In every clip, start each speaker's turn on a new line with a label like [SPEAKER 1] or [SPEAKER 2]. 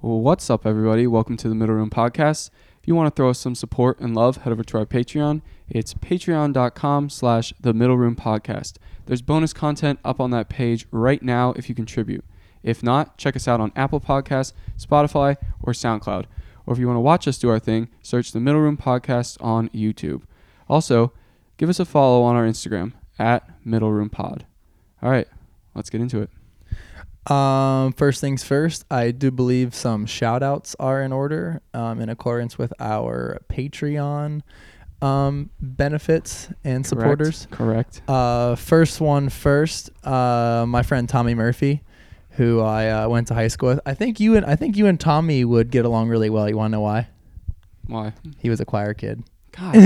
[SPEAKER 1] What's up, everybody? Welcome to the Middle Room Podcast. If you want to throw us some support and love, head over to our Patreon. It's patreon.com slash the Middle Room Podcast. There's bonus content up on that page right now if you contribute. If not, check us out on Apple Podcasts, Spotify, or SoundCloud. Or if you want to watch us do our thing, search the Middle Room Podcast on YouTube. Also, give us a follow on our Instagram at Middle Room Pod. All right, let's get into it.
[SPEAKER 2] Um, first things first, I do believe some shout outs are in order um, in accordance with our Patreon um, benefits and supporters.
[SPEAKER 1] Correct.
[SPEAKER 2] Uh, first one first, uh, my friend Tommy Murphy, who I uh, went to high school with. I think you and I think you and Tommy would get along really well. You want to know why?
[SPEAKER 1] Why?
[SPEAKER 2] He was a choir kid.
[SPEAKER 1] God.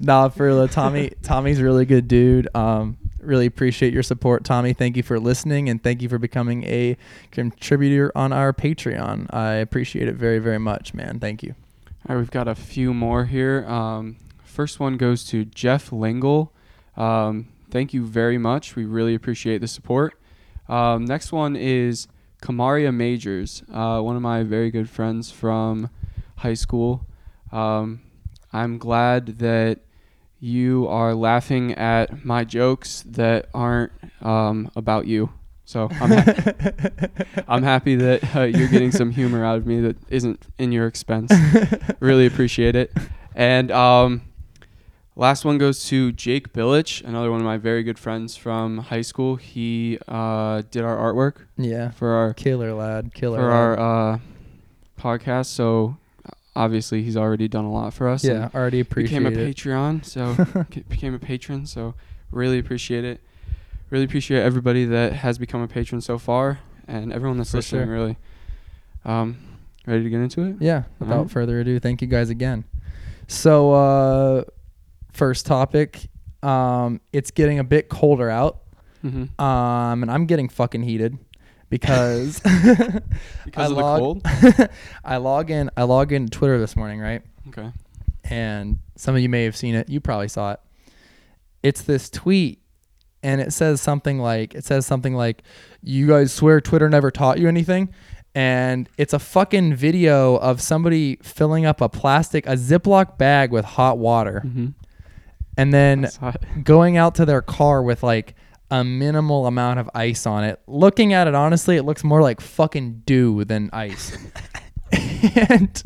[SPEAKER 2] nah, for real, Tommy. Tommy's a really good dude. Um, really appreciate your support, Tommy. Thank you for listening and thank you for becoming a contributor on our Patreon. I appreciate it very, very much, man. Thank you.
[SPEAKER 1] All right, we've got a few more here. Um, first one goes to Jeff Lingle. Um, thank you very much. We really appreciate the support. Um, next one is Kamaria Majors, uh, one of my very good friends from high school. Um, I'm glad that you are laughing at my jokes that aren't um, about you. So I'm, ha- I'm happy that uh, you're getting some humor out of me that isn't in your expense really appreciate it. And um, last one goes to Jake Billich, another one of my very good friends from high school. He uh, did our artwork
[SPEAKER 2] Yeah.
[SPEAKER 1] for our
[SPEAKER 2] Killer lad. Killer
[SPEAKER 1] for
[SPEAKER 2] lad.
[SPEAKER 1] our uh, podcast, so obviously he's already done a lot for us.
[SPEAKER 2] yeah, already
[SPEAKER 1] and
[SPEAKER 2] appreciate
[SPEAKER 1] became a
[SPEAKER 2] it.
[SPEAKER 1] Patreon, so ca- became a patron. So really appreciate it. Really appreciate everybody that has become a patron so far, and everyone that's
[SPEAKER 2] For
[SPEAKER 1] listening.
[SPEAKER 2] sure.
[SPEAKER 1] Really, um, ready to get into it?
[SPEAKER 2] Yeah, without
[SPEAKER 1] Alright.
[SPEAKER 2] further ado, thank you guys again. So, uh, first topic um, it's getting a bit colder out,
[SPEAKER 1] Mm-hmm.
[SPEAKER 2] um, and I'm getting fucking heated because
[SPEAKER 1] Because of the
[SPEAKER 2] log-
[SPEAKER 1] cold.
[SPEAKER 2] I log in. I log in to Twitter this morning, right?
[SPEAKER 1] Okay.
[SPEAKER 2] And some of you may have seen it. You probably saw it. It's this tweet, and it says something like, "It says something like, you guys swear Twitter never taught you anything." And it's a fucking video of somebody filling up a plastic, a Ziploc bag with hot water,
[SPEAKER 1] Mm-hmm.
[SPEAKER 2] and then
[SPEAKER 1] That's hot.
[SPEAKER 2] going out to their car with like a minimal amount of ice on it. Looking at it honestly, it looks more like fucking dew than ice. and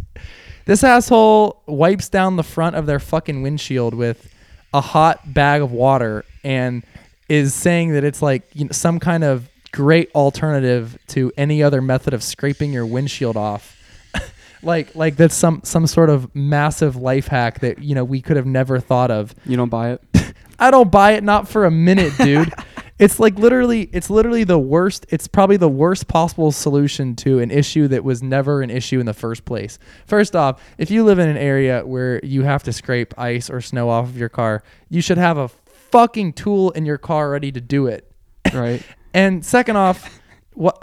[SPEAKER 2] this asshole wipes down the front of their fucking windshield with a hot bag of water and is saying that it's like you know, some kind of great alternative to any other method of scraping your windshield off. like like that's some some sort of massive life hack that you know we could have never thought of.
[SPEAKER 1] You don't buy it.
[SPEAKER 2] I don't buy it not for a minute, dude. it's like literally it's literally the worst it's probably the worst possible solution to an issue that was never an issue in the first place. First off, if you live in an area where you have to scrape ice or snow off of your car, you should have a fucking tool in your car ready to do it.
[SPEAKER 1] right.
[SPEAKER 2] And second off, what?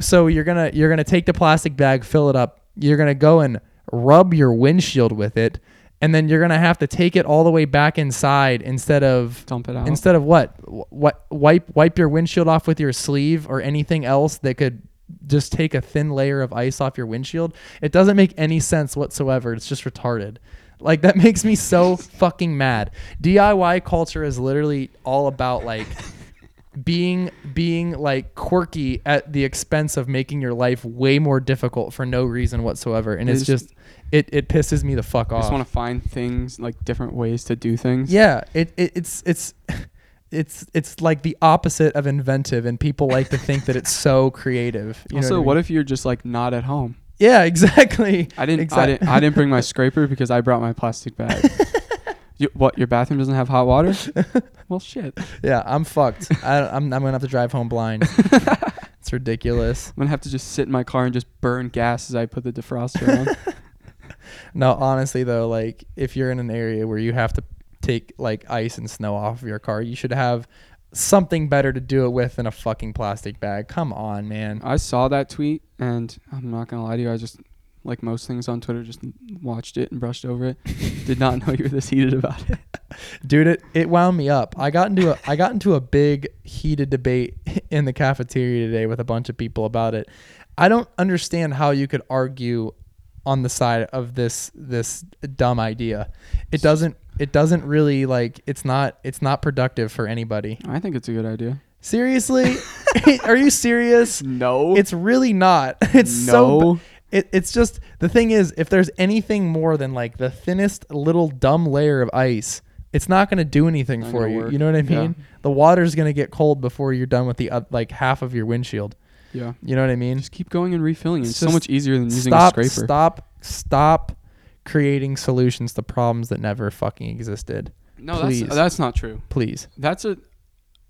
[SPEAKER 2] So you're gonna you're gonna take the plastic bag, fill it up. You're gonna go and rub your windshield with it, and then you're gonna have to take it all the way back inside instead of
[SPEAKER 1] Dump it out.
[SPEAKER 2] instead of what what wipe wipe your windshield off with your sleeve or anything else that could just take a thin layer of ice off your windshield. It doesn't make any sense whatsoever. It's just retarded. Like that makes me so fucking mad. DIY culture is literally all about like being being like quirky at the expense of making your life way more difficult for no reason whatsoever and
[SPEAKER 1] They
[SPEAKER 2] it's
[SPEAKER 1] just-
[SPEAKER 2] just it it pisses me the fuck
[SPEAKER 1] I
[SPEAKER 2] off
[SPEAKER 1] just want to find things like different ways to do things.
[SPEAKER 2] yeah it, it it's it's it's it's like the opposite of inventive and people like to think that it's so creative you know
[SPEAKER 1] also,
[SPEAKER 2] what, I
[SPEAKER 1] what
[SPEAKER 2] mean?
[SPEAKER 1] if you're just like not at home?
[SPEAKER 2] yeah exactly
[SPEAKER 1] I didn't. I
[SPEAKER 2] Exact-
[SPEAKER 1] didn't. I didn't bring my scraper because I brought my plastic bag. you, what? Your bathroom doesn't have hot water? well, shit. I'm
[SPEAKER 2] yeah i'm fucked I, I'm, I'm gonna have to drive home blind it's ridiculous
[SPEAKER 1] gonna have to just sit in my car and just burn gas as I put the defroster on.
[SPEAKER 2] No, honestly though, like if you're in an area where you have to take like ice and snow off of your car, you should have something better to do it with than a fucking plastic bag. Come on, man.
[SPEAKER 1] I saw that tweet, and I'm not gonna lie to you. I just like most things on Twitter, just watched it and brushed over it. Did not know you were this heated about it.
[SPEAKER 2] Dude, it, it wound me up. I got into a I got into a big heated debate in the cafeteria today with a bunch of people about it. I don't understand how you could argue on the side of this this dumb idea. It doesn't it doesn't really like it's not it's not productive for anybody.
[SPEAKER 1] I think it's a good idea.
[SPEAKER 2] Seriously? Are you serious?
[SPEAKER 1] No.
[SPEAKER 2] It's really not. It's so
[SPEAKER 1] No.
[SPEAKER 2] b- it, it's just the thing is if there's anything more than like the thinnest little dumb layer of ice, it's not going to do anything
[SPEAKER 1] Not
[SPEAKER 2] for
[SPEAKER 1] gonna
[SPEAKER 2] you.
[SPEAKER 1] work.
[SPEAKER 2] You know what I
[SPEAKER 1] Yeah.
[SPEAKER 2] mean? The water's going to get cold before you're done with the oth- like half of your windshield.
[SPEAKER 1] yeah.
[SPEAKER 2] You know what I mean?
[SPEAKER 1] Just keep going and refilling. It's,
[SPEAKER 2] It's
[SPEAKER 1] so
[SPEAKER 2] just-
[SPEAKER 1] much easier than using
[SPEAKER 2] stop,
[SPEAKER 1] a scraper.
[SPEAKER 2] Stop, stop creating solutions to problems that never fucking existed.
[SPEAKER 1] No,
[SPEAKER 2] Please.
[SPEAKER 1] that's that's not true.
[SPEAKER 2] Please.
[SPEAKER 1] That's a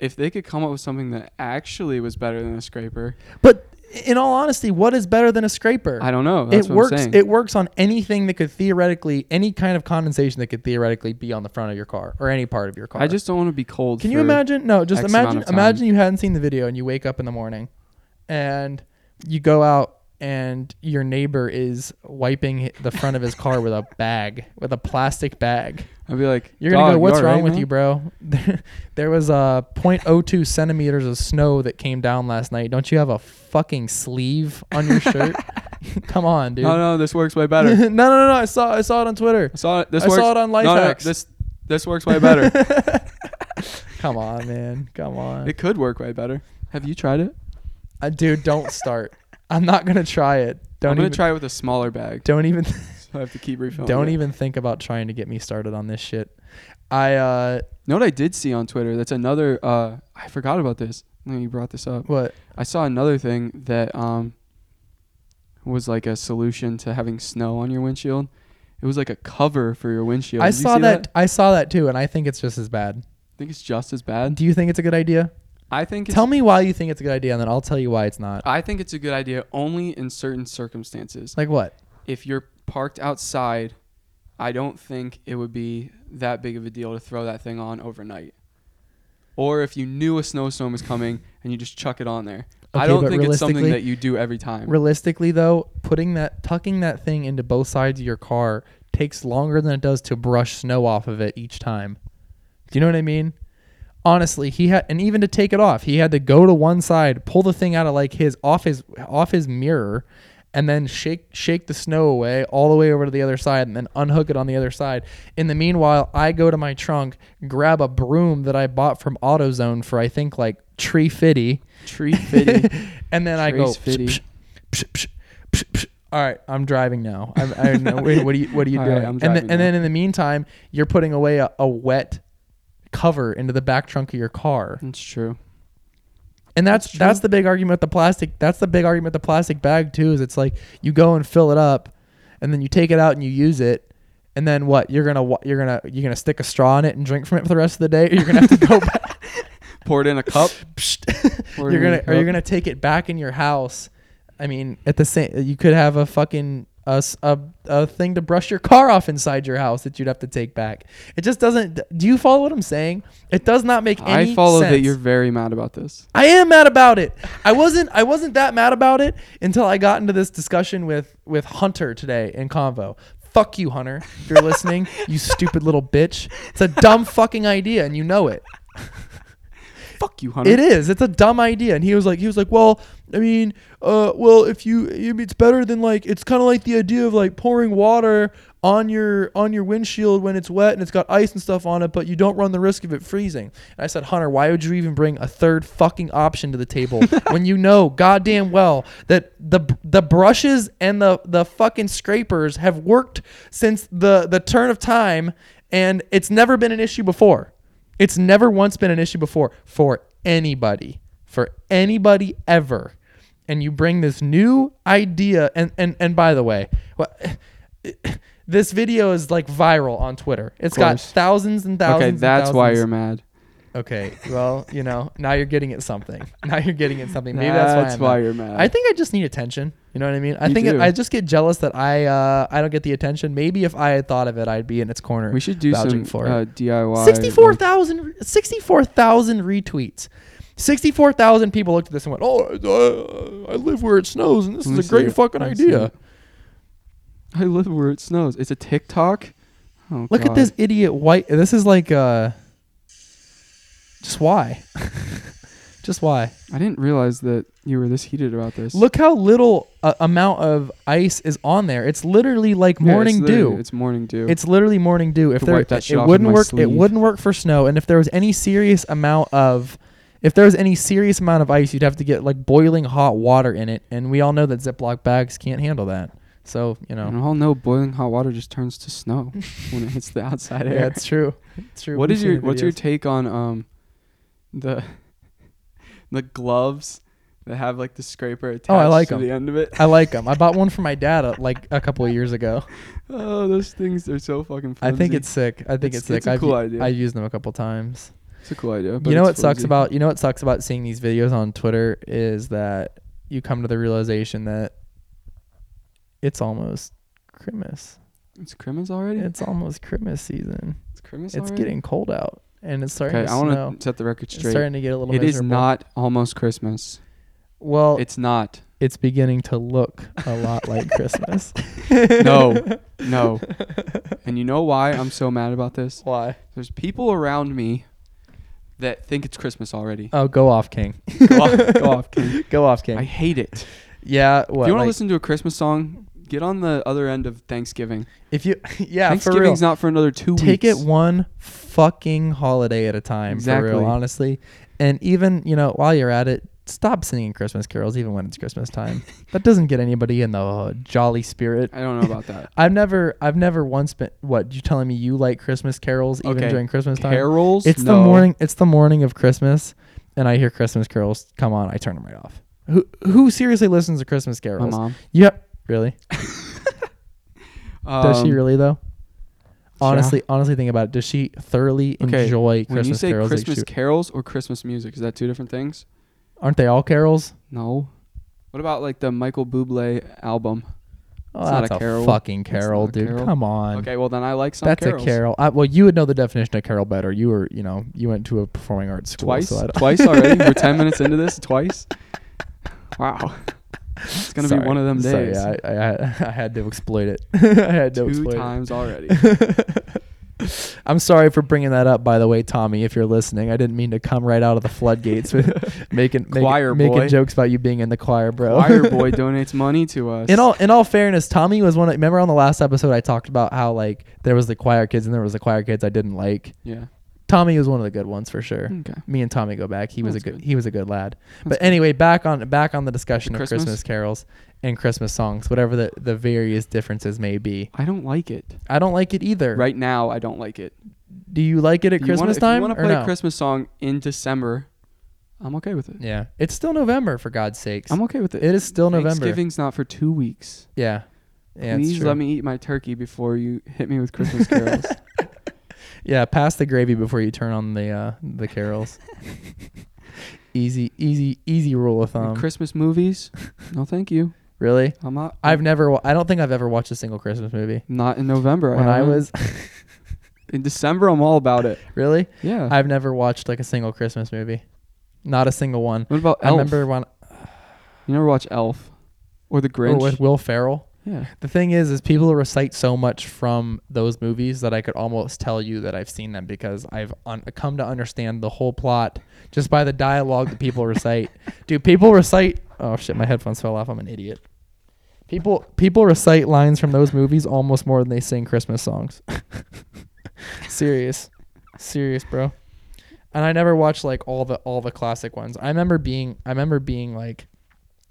[SPEAKER 1] if they could come up with something that actually was better than a scraper.
[SPEAKER 2] But in all honesty, what is better than a scraper?
[SPEAKER 1] I don't know. That's what
[SPEAKER 2] it
[SPEAKER 1] I'm
[SPEAKER 2] works
[SPEAKER 1] saying.
[SPEAKER 2] it works on anything that could theoretically any kind of condensation that could theoretically be on the front of your car or any part of your car.
[SPEAKER 1] I just don't want to be cold.
[SPEAKER 2] Can you
[SPEAKER 1] for-
[SPEAKER 2] imagine? No, just
[SPEAKER 1] X amount
[SPEAKER 2] imagine
[SPEAKER 1] of time.
[SPEAKER 2] imagine you hadn't seen the video and you wake up in the morning and you go out and your neighbor is wiping hi- the front of his car with a bag, with a plastic bag.
[SPEAKER 1] I'd be like,
[SPEAKER 2] You're gonna
[SPEAKER 1] "Dog,
[SPEAKER 2] go.
[SPEAKER 1] you
[SPEAKER 2] What's
[SPEAKER 1] all
[SPEAKER 2] wrong
[SPEAKER 1] right,
[SPEAKER 2] with
[SPEAKER 1] man?"
[SPEAKER 2] you, bro? there was uh, 0.02 centimeters of snow that came down last night. Don't you have a fucking sleeve on your shirt? Come on, dude.
[SPEAKER 1] No, no, this works way
[SPEAKER 2] no,
[SPEAKER 1] better.
[SPEAKER 2] no, no, I saw, I saw it on Twitter.
[SPEAKER 1] I saw it. This
[SPEAKER 2] I
[SPEAKER 1] works.
[SPEAKER 2] saw it on
[SPEAKER 1] no,
[SPEAKER 2] Life
[SPEAKER 1] no, no,
[SPEAKER 2] Hacks.
[SPEAKER 1] this this works way better.
[SPEAKER 2] Come on, man. Come on,
[SPEAKER 1] it could work way better. Have you tried it?
[SPEAKER 2] Uh, dude. Don't start. I'm not gonna try it. Don't
[SPEAKER 1] I'm gonna
[SPEAKER 2] even.
[SPEAKER 1] try it with a smaller bag.
[SPEAKER 2] don't even.
[SPEAKER 1] so I have to keep refilling.
[SPEAKER 2] Don't
[SPEAKER 1] it.
[SPEAKER 2] even think about trying to get me started on this shit. I uh,
[SPEAKER 1] Know what I did see on Twitter? That's another. Uh, I forgot about this. No, you brought this up.
[SPEAKER 2] what?
[SPEAKER 1] I saw another thing that um was like a solution to having snow on your windshield. It was like a cover for your windshield.
[SPEAKER 2] I
[SPEAKER 1] Did you
[SPEAKER 2] saw
[SPEAKER 1] see
[SPEAKER 2] that. I saw that too, and I think it's just as bad.
[SPEAKER 1] I think it's just as bad.
[SPEAKER 2] Do you think it's a good idea?
[SPEAKER 1] I think it's,
[SPEAKER 2] Tell me why you think it's a good idea, and then I'll tell you why it's not.
[SPEAKER 1] I think it's a good idea only in certain circumstances.
[SPEAKER 2] Like what?
[SPEAKER 1] If you're parked outside, I don't think it would be that big of a deal to throw that thing on overnight. Or if you knew a snowstorm was coming and you just chuck it on there. I
[SPEAKER 2] Okay,
[SPEAKER 1] don't
[SPEAKER 2] but
[SPEAKER 1] think it's something
[SPEAKER 2] realistically-
[SPEAKER 1] that you do every time.
[SPEAKER 2] Realistically, though, putting that tucking that thing into both sides of your car takes longer than it does to brush snow off of it each time. Do you know what I mean? Honestly, he had, and even to take it off, he had to go to one side, pull the thing out of like his off his off his mirror, and then shake shake the snow away all the way over to the other side, and then unhook it on the other side. In the meanwhile, I go to my trunk, grab a broom that I bought from AutoZone for I think like tree fitty,
[SPEAKER 1] Tree fitting.
[SPEAKER 2] and then I go.
[SPEAKER 1] Trace Fitty.
[SPEAKER 2] psh, psh, psh, psh, psh. All right, I'm driving now. I'm, I don't know. Wait, what are you What are you
[SPEAKER 1] All
[SPEAKER 2] doing?
[SPEAKER 1] right, I'm
[SPEAKER 2] and
[SPEAKER 1] driving
[SPEAKER 2] then, and
[SPEAKER 1] now.
[SPEAKER 2] then in the meantime, you're putting away a, a wet cover into the back trunk of your car,
[SPEAKER 1] That's true.
[SPEAKER 2] and that's
[SPEAKER 1] That's
[SPEAKER 2] that's,
[SPEAKER 1] true.
[SPEAKER 2] the big argument. With the plastic. That's the big argument. With the plastic bag too is it's like you go and fill it up, and then you take it out and you use it. And then what? You're gonna wa- you're gonna you're gonna stick a straw in it and drink from it for the rest of the day. Or you're gonna have to go back.
[SPEAKER 1] Pour it in a cup. Pour it
[SPEAKER 2] you're
[SPEAKER 1] in
[SPEAKER 2] gonna
[SPEAKER 1] a
[SPEAKER 2] are you
[SPEAKER 1] cup.
[SPEAKER 2] gonna take it back in your house? I mean, at the same, you could have a fucking a, s- a, a thing to brush your car off inside your house that you'd have to take back. It just doesn't. Do you follow what I'm saying? It does not make any.
[SPEAKER 1] I follow that
[SPEAKER 2] sense.
[SPEAKER 1] you're very mad about this.
[SPEAKER 2] I am mad about it. I wasn't. I wasn't that mad about it until I got into this discussion with with Hunter today in convo. Fuck you, Hunter. If you're listening, you stupid little bitch. It's a dumb fucking idea, and you know it.
[SPEAKER 1] Fuck you, Hunter.
[SPEAKER 2] It is. It's a dumb idea. And he was like, he was like, well, I mean, uh, well, if you, you- it's better than like, it's kind of like the idea of like pouring water on your on your windshield when it's wet and it's got ice and stuff on it, but you don't run the risk of it freezing. And I said, Hunter, why would you even bring a third fucking option to the table when you know goddamn well that the the brushes and the the fucking scrapers have worked since the the turn of time and it's never been an issue before. It's never once been an issue before for anybody, for anybody ever. And you bring this new idea, and and and by the way, what, this video is like viral on Twitter. It's got
[SPEAKER 1] course.
[SPEAKER 2] thousands and thousands.
[SPEAKER 1] Okay,
[SPEAKER 2] and
[SPEAKER 1] that's why
[SPEAKER 2] thousands.
[SPEAKER 1] you're mad.
[SPEAKER 2] Okay, well, you know, now you're getting at something. Now you're getting at something. Maybe that's,
[SPEAKER 1] That's
[SPEAKER 2] I'm
[SPEAKER 1] why
[SPEAKER 2] mad.
[SPEAKER 1] you're mad.
[SPEAKER 2] I think I just need attention. You know what I mean? I
[SPEAKER 1] You
[SPEAKER 2] think
[SPEAKER 1] do.
[SPEAKER 2] I just get jealous that I uh, I don't get the attention. Maybe if I had thought of it, I'd be in its corner.
[SPEAKER 1] We should do some
[SPEAKER 2] vouching for
[SPEAKER 1] uh,
[SPEAKER 2] it.
[SPEAKER 1] DIY.
[SPEAKER 2] 64,000 64,000 retweets. 64,000 people looked at this and went, "Oh, I, I live where it snows and this
[SPEAKER 1] Let me
[SPEAKER 2] is
[SPEAKER 1] see
[SPEAKER 2] a great
[SPEAKER 1] it.
[SPEAKER 2] fucking
[SPEAKER 1] Let me see
[SPEAKER 2] idea."
[SPEAKER 1] it. I live where it snows. It's a TikTok. Oh,
[SPEAKER 2] Look
[SPEAKER 1] God.
[SPEAKER 2] at this idiot white. This is like uh just why? Just why?
[SPEAKER 1] I didn't realize that you were this heated about this.
[SPEAKER 2] Look how little uh, amount of ice is on there. It's literally like
[SPEAKER 1] Yeah, it's
[SPEAKER 2] morning
[SPEAKER 1] literally-
[SPEAKER 2] dew.
[SPEAKER 1] It's morning dew.
[SPEAKER 2] It's literally morning dew. If
[SPEAKER 1] Could
[SPEAKER 2] there,
[SPEAKER 1] wipe that shit
[SPEAKER 2] it
[SPEAKER 1] off with
[SPEAKER 2] wouldn't
[SPEAKER 1] my
[SPEAKER 2] work. It
[SPEAKER 1] sleeve.
[SPEAKER 2] wouldn't work for snow. And if there was any serious amount of, if there was any serious amount of ice, you'd have to get like boiling hot water in it. And we all know that Ziploc bags can't handle that. So you know,
[SPEAKER 1] and all know boiling hot water just turns to snow when it hits the outside air.
[SPEAKER 2] yeah, it's true. It's true.
[SPEAKER 1] What
[SPEAKER 2] We've
[SPEAKER 1] is
[SPEAKER 2] seen
[SPEAKER 1] your
[SPEAKER 2] the
[SPEAKER 1] what's your
[SPEAKER 2] videos.
[SPEAKER 1] take on um the the gloves that have like the scraper attached
[SPEAKER 2] Oh, I like
[SPEAKER 1] to
[SPEAKER 2] 'em.
[SPEAKER 1] the end of it?
[SPEAKER 2] I like them. I bought one for my dad uh, like a couple of years ago.
[SPEAKER 1] Oh, those things are so fucking.
[SPEAKER 2] I
[SPEAKER 1] Flimsy.
[SPEAKER 2] think it's sick. I think
[SPEAKER 1] It's-
[SPEAKER 2] it's, sick.
[SPEAKER 1] it's a
[SPEAKER 2] I've,
[SPEAKER 1] cool
[SPEAKER 2] u-
[SPEAKER 1] idea.
[SPEAKER 2] I've used them a couple times.
[SPEAKER 1] it's a cool idea. But
[SPEAKER 2] You know
[SPEAKER 1] it's
[SPEAKER 2] what sucks
[SPEAKER 1] flimsy.
[SPEAKER 2] about you know what sucks about seeing these videos on Twitter is that you come to the realization that it's almost Christmas.
[SPEAKER 1] it's Christmas already.
[SPEAKER 2] It's almost Christmas season.
[SPEAKER 1] It's Christmas.
[SPEAKER 2] It's, getting cold out and it's starting
[SPEAKER 1] Okay,
[SPEAKER 2] to
[SPEAKER 1] I
[SPEAKER 2] snow.
[SPEAKER 1] want to set the record
[SPEAKER 2] It's
[SPEAKER 1] straight.
[SPEAKER 2] starting to get a little
[SPEAKER 1] It is
[SPEAKER 2] miserable.
[SPEAKER 1] not almost Christmas.
[SPEAKER 2] well, it's,
[SPEAKER 1] It's not.
[SPEAKER 2] beginning to look a lot like Christmas.
[SPEAKER 1] No, no. And you know why I'm so mad about this?
[SPEAKER 2] Why?
[SPEAKER 1] There's people around me that think it's Christmas already.
[SPEAKER 2] Oh, go off, King.
[SPEAKER 1] go off, go off, King.
[SPEAKER 2] Go off, King.
[SPEAKER 1] I hate it.
[SPEAKER 2] yeah,
[SPEAKER 1] if
[SPEAKER 2] what?
[SPEAKER 1] you want to
[SPEAKER 2] like,
[SPEAKER 1] listen to a Christmas song, get on the other end of Thanksgiving.
[SPEAKER 2] if you yeah, for real.
[SPEAKER 1] Thanksgiving's not for another two
[SPEAKER 2] take
[SPEAKER 1] weeks.
[SPEAKER 2] it one fucking holiday at a time for
[SPEAKER 1] Exactly.
[SPEAKER 2] real honestly and even you know while you're at it stop singing christmas carols even when it's christmas time that doesn't get anybody in the uh, jolly spirit
[SPEAKER 1] I don't know about that.
[SPEAKER 2] i've never i've never once been what you telling me you like christmas carols even
[SPEAKER 1] Okay.
[SPEAKER 2] during christmas time
[SPEAKER 1] Carols?
[SPEAKER 2] it's the
[SPEAKER 1] No.
[SPEAKER 2] morning it's the morning of christmas and i hear christmas carols come on i turn them right off who who seriously listens to christmas
[SPEAKER 1] My
[SPEAKER 2] carols
[SPEAKER 1] mom.
[SPEAKER 2] yep really
[SPEAKER 1] Um,
[SPEAKER 2] does she really though Honestly, honestly, think about it. Does she thoroughly
[SPEAKER 1] Okay,
[SPEAKER 2] enjoy
[SPEAKER 1] When
[SPEAKER 2] Christmas
[SPEAKER 1] you say
[SPEAKER 2] carols? like
[SPEAKER 1] Christmas
[SPEAKER 2] she-
[SPEAKER 1] carols or Christmas music, is that two different things?
[SPEAKER 2] Aren't they all carols?
[SPEAKER 1] No. What about like the Michael Bublé album?
[SPEAKER 2] Oh,
[SPEAKER 1] It's not
[SPEAKER 2] that's
[SPEAKER 1] a
[SPEAKER 2] a,
[SPEAKER 1] carol.
[SPEAKER 2] fucking
[SPEAKER 1] It's not
[SPEAKER 2] carol,
[SPEAKER 1] a
[SPEAKER 2] dude.
[SPEAKER 1] carol.
[SPEAKER 2] Come on.
[SPEAKER 1] Okay, well then I like some
[SPEAKER 2] that's
[SPEAKER 1] carols.
[SPEAKER 2] a carol. I, well, you would know the definition of carol better. You were, you know, you went to a performing arts school.
[SPEAKER 1] Twice,
[SPEAKER 2] so I don't-
[SPEAKER 1] twice already. We're ten minutes into this. Twice. Wow. It's gonna
[SPEAKER 2] Sorry.
[SPEAKER 1] be one of them
[SPEAKER 2] Sorry,
[SPEAKER 1] days.
[SPEAKER 2] I, I, I had to exploit it. I had to
[SPEAKER 1] two
[SPEAKER 2] exploit
[SPEAKER 1] times already.
[SPEAKER 2] it. I'm sorry for bringing that up, by the way, Tommy. If you're listening, I didn't mean to come right out of the floodgates with making making,
[SPEAKER 1] Choir boy.
[SPEAKER 2] making jokes about you being in the choir, bro.
[SPEAKER 1] Choir boy donates money to us.
[SPEAKER 2] In all in all fairness, Tommy was one. Of, remember on the last episode, I talked about how like there was the choir kids and there was the choir kids I didn't like.
[SPEAKER 1] yeah.
[SPEAKER 2] Tommy was one of the good ones for sure.
[SPEAKER 1] Okay.
[SPEAKER 2] Me and Tommy go back. He was
[SPEAKER 1] Hmm. That's
[SPEAKER 2] a good,
[SPEAKER 1] good.
[SPEAKER 2] he was a good lad.
[SPEAKER 1] That's
[SPEAKER 2] but anyway, back on back on the discussion of
[SPEAKER 1] Christmas?
[SPEAKER 2] Christmas? carols and Christmas songs, whatever the the various differences may be.
[SPEAKER 1] I don't like it.
[SPEAKER 2] I don't like it either.
[SPEAKER 1] Right now, I don't like it.
[SPEAKER 2] Do you like it
[SPEAKER 1] If
[SPEAKER 2] at
[SPEAKER 1] you wanna-
[SPEAKER 2] Christmas
[SPEAKER 1] if
[SPEAKER 2] time
[SPEAKER 1] you wanna
[SPEAKER 2] or
[SPEAKER 1] play
[SPEAKER 2] no?
[SPEAKER 1] a Christmas song in December, I'm okay with it.
[SPEAKER 2] yeah, it's still November for God's sakes.
[SPEAKER 1] I'm okay with it.
[SPEAKER 2] It is still November.
[SPEAKER 1] Thanksgiving's not for two weeks.
[SPEAKER 2] Yeah. Yeah, it's
[SPEAKER 1] Please
[SPEAKER 2] true.
[SPEAKER 1] let me eat my turkey before you hit me with Christmas carols.
[SPEAKER 2] Yeah, pass the gravy before you turn on the uh, the carols. easy, easy, easy rule of
[SPEAKER 1] And
[SPEAKER 2] thumb.
[SPEAKER 1] Christmas movies? No, thank you.
[SPEAKER 2] really?
[SPEAKER 1] I'm not.
[SPEAKER 2] I've never. Wa- I don't think I've ever watched a single Christmas movie.
[SPEAKER 1] not in November.
[SPEAKER 2] When I
[SPEAKER 1] haven't.
[SPEAKER 2] was
[SPEAKER 1] in December, I'm all about it.
[SPEAKER 2] really,
[SPEAKER 1] Yeah.
[SPEAKER 2] I've never watched like a single Christmas movie, not a single one.
[SPEAKER 1] what about
[SPEAKER 2] I
[SPEAKER 1] Elf?
[SPEAKER 2] remember when
[SPEAKER 1] you never watch Elf or The
[SPEAKER 2] oh,
[SPEAKER 1] Grinch?
[SPEAKER 2] with Will Ferrell.
[SPEAKER 1] yeah.
[SPEAKER 2] The thing is, is people recite so much from those movies that I could almost tell you that I've seen them because I've un- come to understand the whole plot just by the dialogue that people recite. Do people recite? Oh shit, my headphones fell off. I'm an idiot. People people recite lines from those movies almost more than they sing Christmas songs. Serious, serious, bro. And I never watched like all the all the classic ones. I remember being I remember being like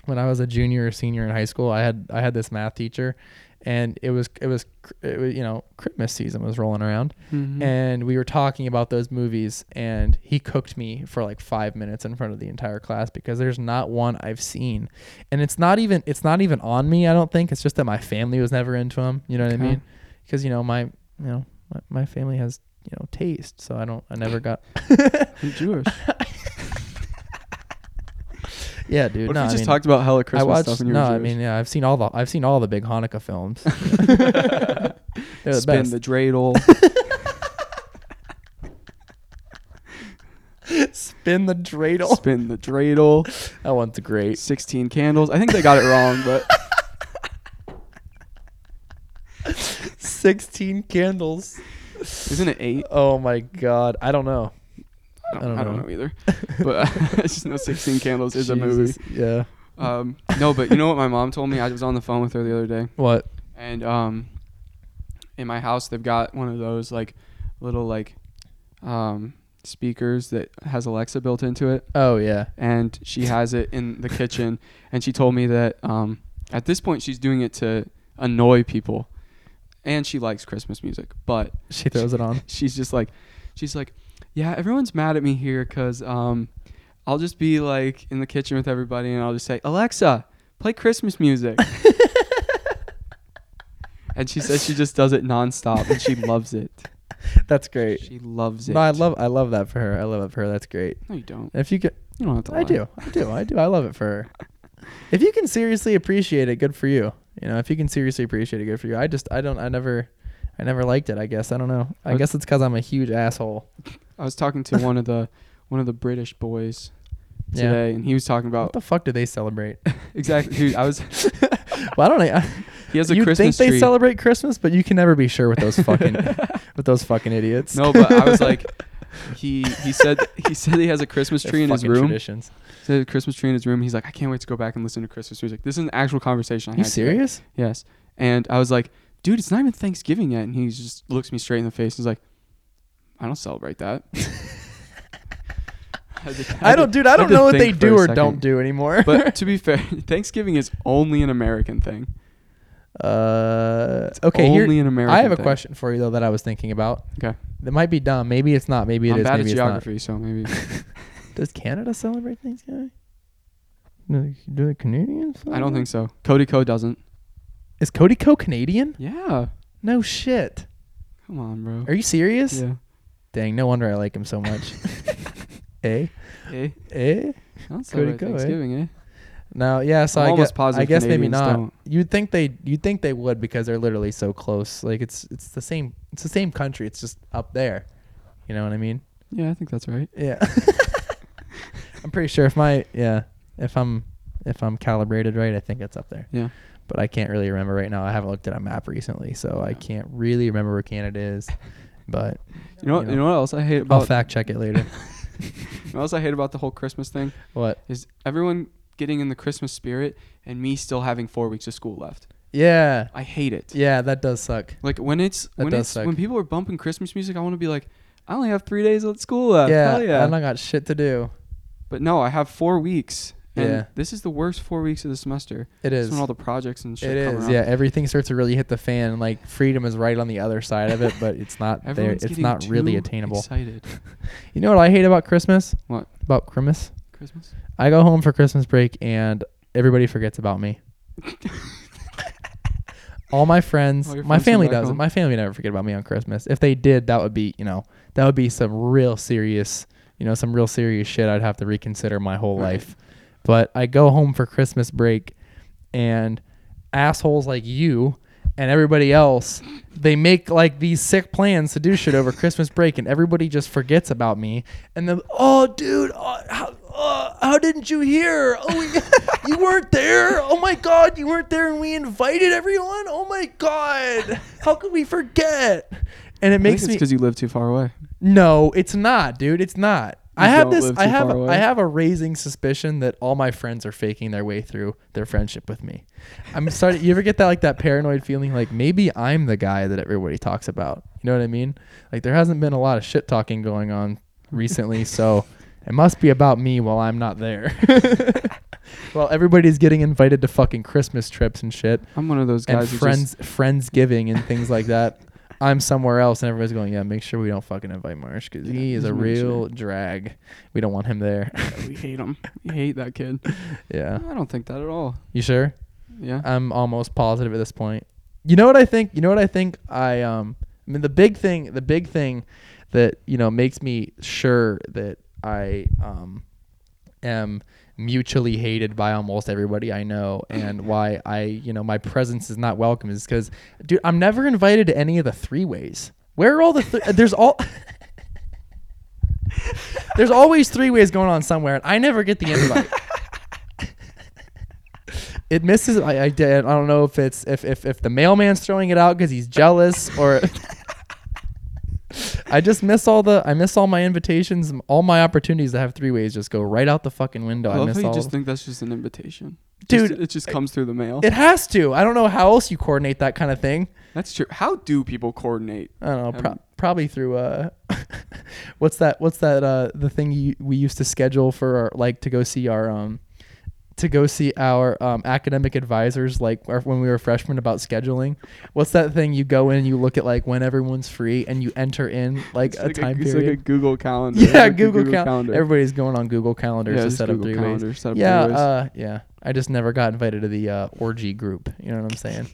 [SPEAKER 2] when I was a junior or senior in high school, I had I had this math teacher, and it was it was, cr- it was you know Christmas season was rolling around,
[SPEAKER 1] Mhm.
[SPEAKER 2] and we were talking about those movies, and he cooked me for like five minutes in front of the entire class because there's not one I've seen, and it's not even it's not even on me. I don't think it's just that my family was never into them. You know what
[SPEAKER 1] Okay.
[SPEAKER 2] I mean? Because you know my you know my, my family has you know taste, so I don't I never got
[SPEAKER 1] I'm Jewish.
[SPEAKER 2] yeah dude.
[SPEAKER 1] what
[SPEAKER 2] no,
[SPEAKER 1] if we
[SPEAKER 2] I
[SPEAKER 1] just
[SPEAKER 2] mean-
[SPEAKER 1] talked about hella Christmas
[SPEAKER 2] I watched
[SPEAKER 1] stuff and you
[SPEAKER 2] no,
[SPEAKER 1] were
[SPEAKER 2] I
[SPEAKER 1] Jewish?
[SPEAKER 2] mean yeah, I've seen all the I've seen all the big Hanukkah films. They're the
[SPEAKER 1] Spin
[SPEAKER 2] best.
[SPEAKER 1] the dreidel.
[SPEAKER 2] Spin the dreidel.
[SPEAKER 1] spin the dreidel.
[SPEAKER 2] That one's great.
[SPEAKER 1] 16 candles. I think they got it wrong, but
[SPEAKER 2] Sixteen candles.
[SPEAKER 1] isn't it eight?
[SPEAKER 2] Oh my god, I don't know.
[SPEAKER 1] I
[SPEAKER 2] I
[SPEAKER 1] don't,
[SPEAKER 2] don't
[SPEAKER 1] I don't
[SPEAKER 2] know.
[SPEAKER 1] know either. But I just know 16 Candles is a movie.
[SPEAKER 2] Jesus. Yeah.
[SPEAKER 1] Um, no, but you know what my mom told me? I was on the phone with her the other day,
[SPEAKER 2] What?
[SPEAKER 1] and um, in my house they've got one of those like little like um, speakers that has Alexa built into it,
[SPEAKER 2] Oh yeah.
[SPEAKER 1] and she has it in the kitchen. And she told me that um, at this point she's doing it to annoy people, and she likes Christmas music, but
[SPEAKER 2] She throws it on.
[SPEAKER 1] she's just like she's like yeah everyone's mad at me here because um i'll just be like in the kitchen with everybody and i'll just say alexa play christmas music and she says she just does it nonstop and she loves it
[SPEAKER 2] That's great.
[SPEAKER 1] she loves it
[SPEAKER 2] No, I love I love that for her. I love it for her. That's great.
[SPEAKER 1] no you don't
[SPEAKER 2] If you could
[SPEAKER 1] you don't have to lie.
[SPEAKER 2] I do. I do. I do. I love it for her. If you can seriously appreciate it, good for you. You know, if you can seriously appreciate it, good for you. I just I don't I never I never liked it, I guess. I don't know. I
[SPEAKER 1] I-
[SPEAKER 2] guess it's cuz I'm a huge asshole.
[SPEAKER 1] i was talking to one of the one of the british boys
[SPEAKER 2] Yeah.
[SPEAKER 1] today and he was talking
[SPEAKER 2] What
[SPEAKER 1] about
[SPEAKER 2] the fuck do they celebrate?
[SPEAKER 1] exactly dude i was
[SPEAKER 2] well, I don't know.
[SPEAKER 1] he has a
[SPEAKER 2] you
[SPEAKER 1] christmas
[SPEAKER 2] think they
[SPEAKER 1] tree
[SPEAKER 2] celebrate Christmas, but you can never be sure with those fucking with those fucking idiots.
[SPEAKER 1] no but i was like he he said he said he has a christmas
[SPEAKER 2] Their
[SPEAKER 1] tree in his
[SPEAKER 2] fucking
[SPEAKER 1] room
[SPEAKER 2] Traditions.
[SPEAKER 1] So the Christmas tree in his room. He's like, I can't wait to go back and listen to Christmas music. This is an actual conversation. I
[SPEAKER 2] You
[SPEAKER 1] had today.
[SPEAKER 2] serious?
[SPEAKER 1] Yes. And I was like, dude, it's not even Thanksgiving yet. And he just looks me straight in the face. He's like, I don't celebrate that. had to-
[SPEAKER 2] I don't dude, I
[SPEAKER 1] had
[SPEAKER 2] don't
[SPEAKER 1] to
[SPEAKER 2] know what they
[SPEAKER 1] think for
[SPEAKER 2] do
[SPEAKER 1] a
[SPEAKER 2] or
[SPEAKER 1] second.
[SPEAKER 2] don't do anymore.
[SPEAKER 1] But to be fair, Thanksgiving is only an American thing.
[SPEAKER 2] Uh, okay. Here,
[SPEAKER 1] only an American
[SPEAKER 2] I have a
[SPEAKER 1] thing.
[SPEAKER 2] question for you though that I was thinking about.
[SPEAKER 1] Okay.
[SPEAKER 2] That might be dumb. Maybe it's not. Maybe it
[SPEAKER 1] I'm
[SPEAKER 2] is,
[SPEAKER 1] bad
[SPEAKER 2] Maybe
[SPEAKER 1] at
[SPEAKER 2] it's not.
[SPEAKER 1] geography, so maybe.
[SPEAKER 2] Does Canada celebrate Thanksgiving? Do the- do the Canadians?
[SPEAKER 1] I don't think so. Cody Co doesn't.
[SPEAKER 2] Is Cody Co Canadian?
[SPEAKER 1] Yeah.
[SPEAKER 2] No shit.
[SPEAKER 1] Come on, bro.
[SPEAKER 2] Are you serious?
[SPEAKER 1] Yeah.
[SPEAKER 2] Dang, no wonder I like him so much. eh?
[SPEAKER 1] Eh?
[SPEAKER 2] Eh?
[SPEAKER 1] I don't celebrate
[SPEAKER 2] Co, eh?
[SPEAKER 1] Thanksgiving, eh?
[SPEAKER 2] No, yeah, so
[SPEAKER 1] I'm
[SPEAKER 2] i guess,
[SPEAKER 1] almost positive
[SPEAKER 2] I guess maybe
[SPEAKER 1] Canadians
[SPEAKER 2] not.
[SPEAKER 1] don't.
[SPEAKER 2] You'd think they you'd think they would because they're literally so close. Like it's it's the same it's the same country. It's just up there. You know what I mean?
[SPEAKER 1] Yeah, I think that's right.
[SPEAKER 2] Yeah. I'm pretty sure if my yeah, if I'm if I'm calibrated right, I think it's up there.
[SPEAKER 1] Yeah.
[SPEAKER 2] But I can't really remember right now. I haven't looked at a map recently, so I
[SPEAKER 1] Yeah.
[SPEAKER 2] can't really remember where Canada is. But
[SPEAKER 1] You know,
[SPEAKER 2] You
[SPEAKER 1] what?
[SPEAKER 2] know.
[SPEAKER 1] you know what else I hate
[SPEAKER 2] I'll
[SPEAKER 1] about
[SPEAKER 2] fact check it later.
[SPEAKER 1] You know what else I hate about the whole Christmas thing
[SPEAKER 2] what?
[SPEAKER 1] is everyone getting in the Christmas spirit and me still having four weeks of school left.
[SPEAKER 2] Yeah.
[SPEAKER 1] I hate it.
[SPEAKER 2] Yeah, that does suck.
[SPEAKER 1] Like when it's
[SPEAKER 2] That
[SPEAKER 1] when
[SPEAKER 2] does
[SPEAKER 1] it's
[SPEAKER 2] suck.
[SPEAKER 1] when people are bumping Christmas music, I want to be like, I only have three days of school left. Yeah,
[SPEAKER 2] yeah, I
[SPEAKER 1] Uh, yeah.
[SPEAKER 2] don't got shit to do.
[SPEAKER 1] But no, I have four weeks. And
[SPEAKER 2] Yeah.
[SPEAKER 1] this is the worst four weeks of the semester.
[SPEAKER 2] It
[SPEAKER 1] That's
[SPEAKER 2] is.
[SPEAKER 1] when all the projects and shit
[SPEAKER 2] It
[SPEAKER 1] come
[SPEAKER 2] is.
[SPEAKER 1] around.
[SPEAKER 2] Yeah, everything starts to really hit the fan. and, Like freedom is right on the other side of it, but it's not there.
[SPEAKER 1] Everyone's
[SPEAKER 2] It's
[SPEAKER 1] getting
[SPEAKER 2] not really
[SPEAKER 1] too
[SPEAKER 2] attainable.
[SPEAKER 1] Excited.
[SPEAKER 2] You know what I hate about Christmas?
[SPEAKER 1] What?
[SPEAKER 2] About Christmas?
[SPEAKER 1] Christmas.
[SPEAKER 2] I go home for Christmas break and everybody forgets about me. All my friends,
[SPEAKER 1] All your
[SPEAKER 2] my
[SPEAKER 1] friends come
[SPEAKER 2] family
[SPEAKER 1] back
[SPEAKER 2] doesn't.
[SPEAKER 1] home?
[SPEAKER 2] My family never forget about me on Christmas. If they did, that would be, you know, that would be some real serious, you know, some real serious shit I'd have to reconsider my whole
[SPEAKER 1] Right.
[SPEAKER 2] life. But I go home for Christmas break and assholes like you and everybody else, they make like these sick plans to do shit over Christmas break, and everybody just forgets about me. And then, oh, dude, oh, how, oh, how didn't you hear? Oh, we- you weren't there. Oh my God, you weren't there, and we invited everyone. Oh my God, how could we forget? And it makes me
[SPEAKER 1] because you live too far away.
[SPEAKER 2] no, it's not, dude. It's not. I have
[SPEAKER 1] don't
[SPEAKER 2] this.
[SPEAKER 1] live
[SPEAKER 2] I
[SPEAKER 1] too
[SPEAKER 2] have.
[SPEAKER 1] far away?
[SPEAKER 2] I have a raising suspicion that all my friends are faking their way through their friendship with me. I'm starting. you ever get that like that paranoid feeling, like maybe I'm the guy that everybody talks about. You know what I mean? Like there hasn't been a lot of shit talking going on recently, so it must be about me while I'm not there. Well, everybody's getting invited to fucking Christmas trips and shit,
[SPEAKER 1] I'm one of those guys who
[SPEAKER 2] and
[SPEAKER 1] just-
[SPEAKER 2] friends, friendsgiving, and things like that. I'm somewhere else, and everybody's going, "Yeah, make sure we don't fucking invite Marsh because
[SPEAKER 1] Yeah,
[SPEAKER 2] he is
[SPEAKER 1] he's
[SPEAKER 2] a
[SPEAKER 1] an
[SPEAKER 2] real drag. We don't want him there."
[SPEAKER 1] we hate him. We hate that kid.
[SPEAKER 2] yeah,
[SPEAKER 1] I don't think that at all.
[SPEAKER 2] you sure?
[SPEAKER 1] Yeah.
[SPEAKER 2] I'm almost positive at this point. You know what I think? You know what I think? I um, I mean the big thing, the big thing that you know makes me sure that I um am mutually hated by almost everybody I know and why I, you know, my presence is not welcome is cuz dude, I'm never invited to any of the three ways. Where are all the th- there's all There's always three ways going on somewhere and I never get the invite. It misses. I, I did. I don't know if it's if if, if the mailman's throwing it out because he's jealous or. I just miss all the I miss all my invitations, m- all my opportunities to have three ways just go right out the fucking window.
[SPEAKER 1] I
[SPEAKER 2] I,
[SPEAKER 1] love
[SPEAKER 2] miss
[SPEAKER 1] how you
[SPEAKER 2] all.
[SPEAKER 1] just think that's just an invitation,
[SPEAKER 2] Dude,
[SPEAKER 1] Just- it just comes through the mail.
[SPEAKER 2] it has to. I don't know how else you coordinate that kind of thing.
[SPEAKER 1] that's true. How do people coordinate?
[SPEAKER 2] I don't know. Pro-
[SPEAKER 1] Um,
[SPEAKER 2] probably through uh, what's that? What's that? Uh, the thing you, we used to schedule for our, like to go see our um, to go see our um, academic advisors like our, when we were freshmen about scheduling. What's that thing you go in and you look at like when everyone's free and you enter in like
[SPEAKER 1] It's
[SPEAKER 2] a time
[SPEAKER 1] it's like a
[SPEAKER 2] period.
[SPEAKER 1] Google calendar.
[SPEAKER 2] yeah,
[SPEAKER 1] Like the
[SPEAKER 2] Google, cal-
[SPEAKER 1] calendar.
[SPEAKER 2] Everybody's going on Google calendars
[SPEAKER 1] yeah,
[SPEAKER 2] to
[SPEAKER 1] just
[SPEAKER 2] set up
[SPEAKER 1] Google
[SPEAKER 2] three ways.
[SPEAKER 1] calendar, set up
[SPEAKER 2] yeah,
[SPEAKER 1] three ways.
[SPEAKER 2] uh, yeah. I just never got invited to the uh, orgy group. You know what I'm saying?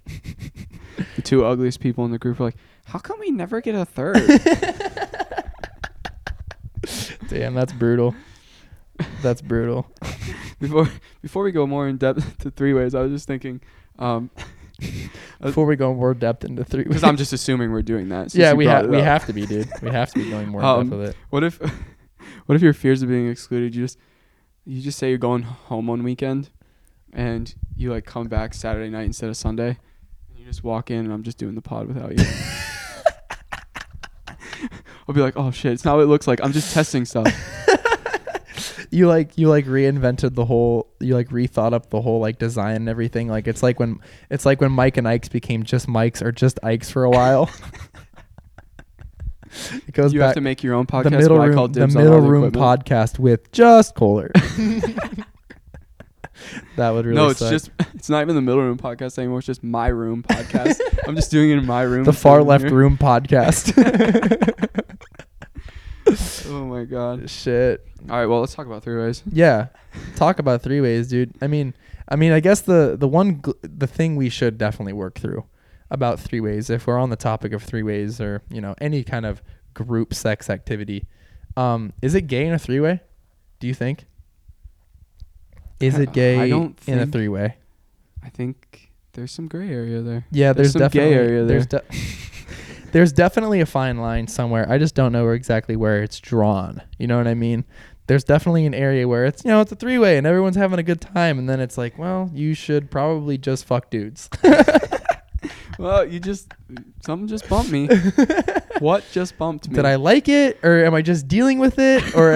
[SPEAKER 1] the two ugliest people in the group are like, how come we never get a third?
[SPEAKER 2] Damn, that's brutal. That's brutal.
[SPEAKER 1] before before we go more in depth to three ways, I was just thinking, um,
[SPEAKER 2] Before we go more depth into three,
[SPEAKER 1] because Uh, I'm just assuming we're doing that. since
[SPEAKER 2] yeah,
[SPEAKER 1] you
[SPEAKER 2] we
[SPEAKER 1] brought
[SPEAKER 2] have
[SPEAKER 1] it
[SPEAKER 2] we
[SPEAKER 1] up.
[SPEAKER 2] have to be, dude. We have to be going more in
[SPEAKER 1] Um,
[SPEAKER 2] depth with it.
[SPEAKER 1] What if, what if your fears of being excluded? You just, you just say you're going home one weekend, and you like come back Saturday night instead of Sunday, and you just walk in, and I'm just doing the pod without you. I'll be like, oh shit, it's not what it looks like. I'm just testing stuff.
[SPEAKER 2] You like you like reinvented the whole. You like rethought up the whole like design and everything. Like it's like when it's like when Mike and Ike's became just Mike's or just Ike's for a while. it goes
[SPEAKER 1] you
[SPEAKER 2] back
[SPEAKER 1] have to make your own podcast.
[SPEAKER 2] the middle
[SPEAKER 1] but I call
[SPEAKER 2] room the
[SPEAKER 1] dibs on all
[SPEAKER 2] middle room
[SPEAKER 1] equipment.
[SPEAKER 2] podcast with just Kohler. that would really
[SPEAKER 1] no, it's
[SPEAKER 2] suck.
[SPEAKER 1] just it's not even the middle room podcast anymore. It's just my room podcast. I'm just doing it in my room. instead
[SPEAKER 2] the
[SPEAKER 1] of
[SPEAKER 2] far
[SPEAKER 1] in
[SPEAKER 2] left
[SPEAKER 1] here.
[SPEAKER 2] room podcast.
[SPEAKER 1] Oh my god.
[SPEAKER 2] Shit.
[SPEAKER 1] All right, well, let's talk about three ways.
[SPEAKER 2] Yeah. Talk about three ways, dude. I mean, I mean, I guess the the one gl- the thing we should definitely work through about three ways if we're on the topic of three ways or, you know, any kind of group sex activity. Um is it gay in a three-way? Do you think? Is
[SPEAKER 1] I-
[SPEAKER 2] it gay
[SPEAKER 1] I don't
[SPEAKER 2] in a
[SPEAKER 1] think-
[SPEAKER 2] three-way?
[SPEAKER 1] I think there's some gray area there.
[SPEAKER 2] Yeah, there's,
[SPEAKER 1] There's some gay
[SPEAKER 2] definitely
[SPEAKER 1] area
[SPEAKER 2] there's de- there's definitely a fine line somewhere. I just don't know where exactly where it's drawn. You know what I mean? There's definitely an area where it's you know it's a three way and everyone's having a good time, and then it's like, well, you should probably just fuck dudes.
[SPEAKER 1] Well, you just something just bumped me. what just bumped me?
[SPEAKER 2] Did I like it, or am I just dealing with it, or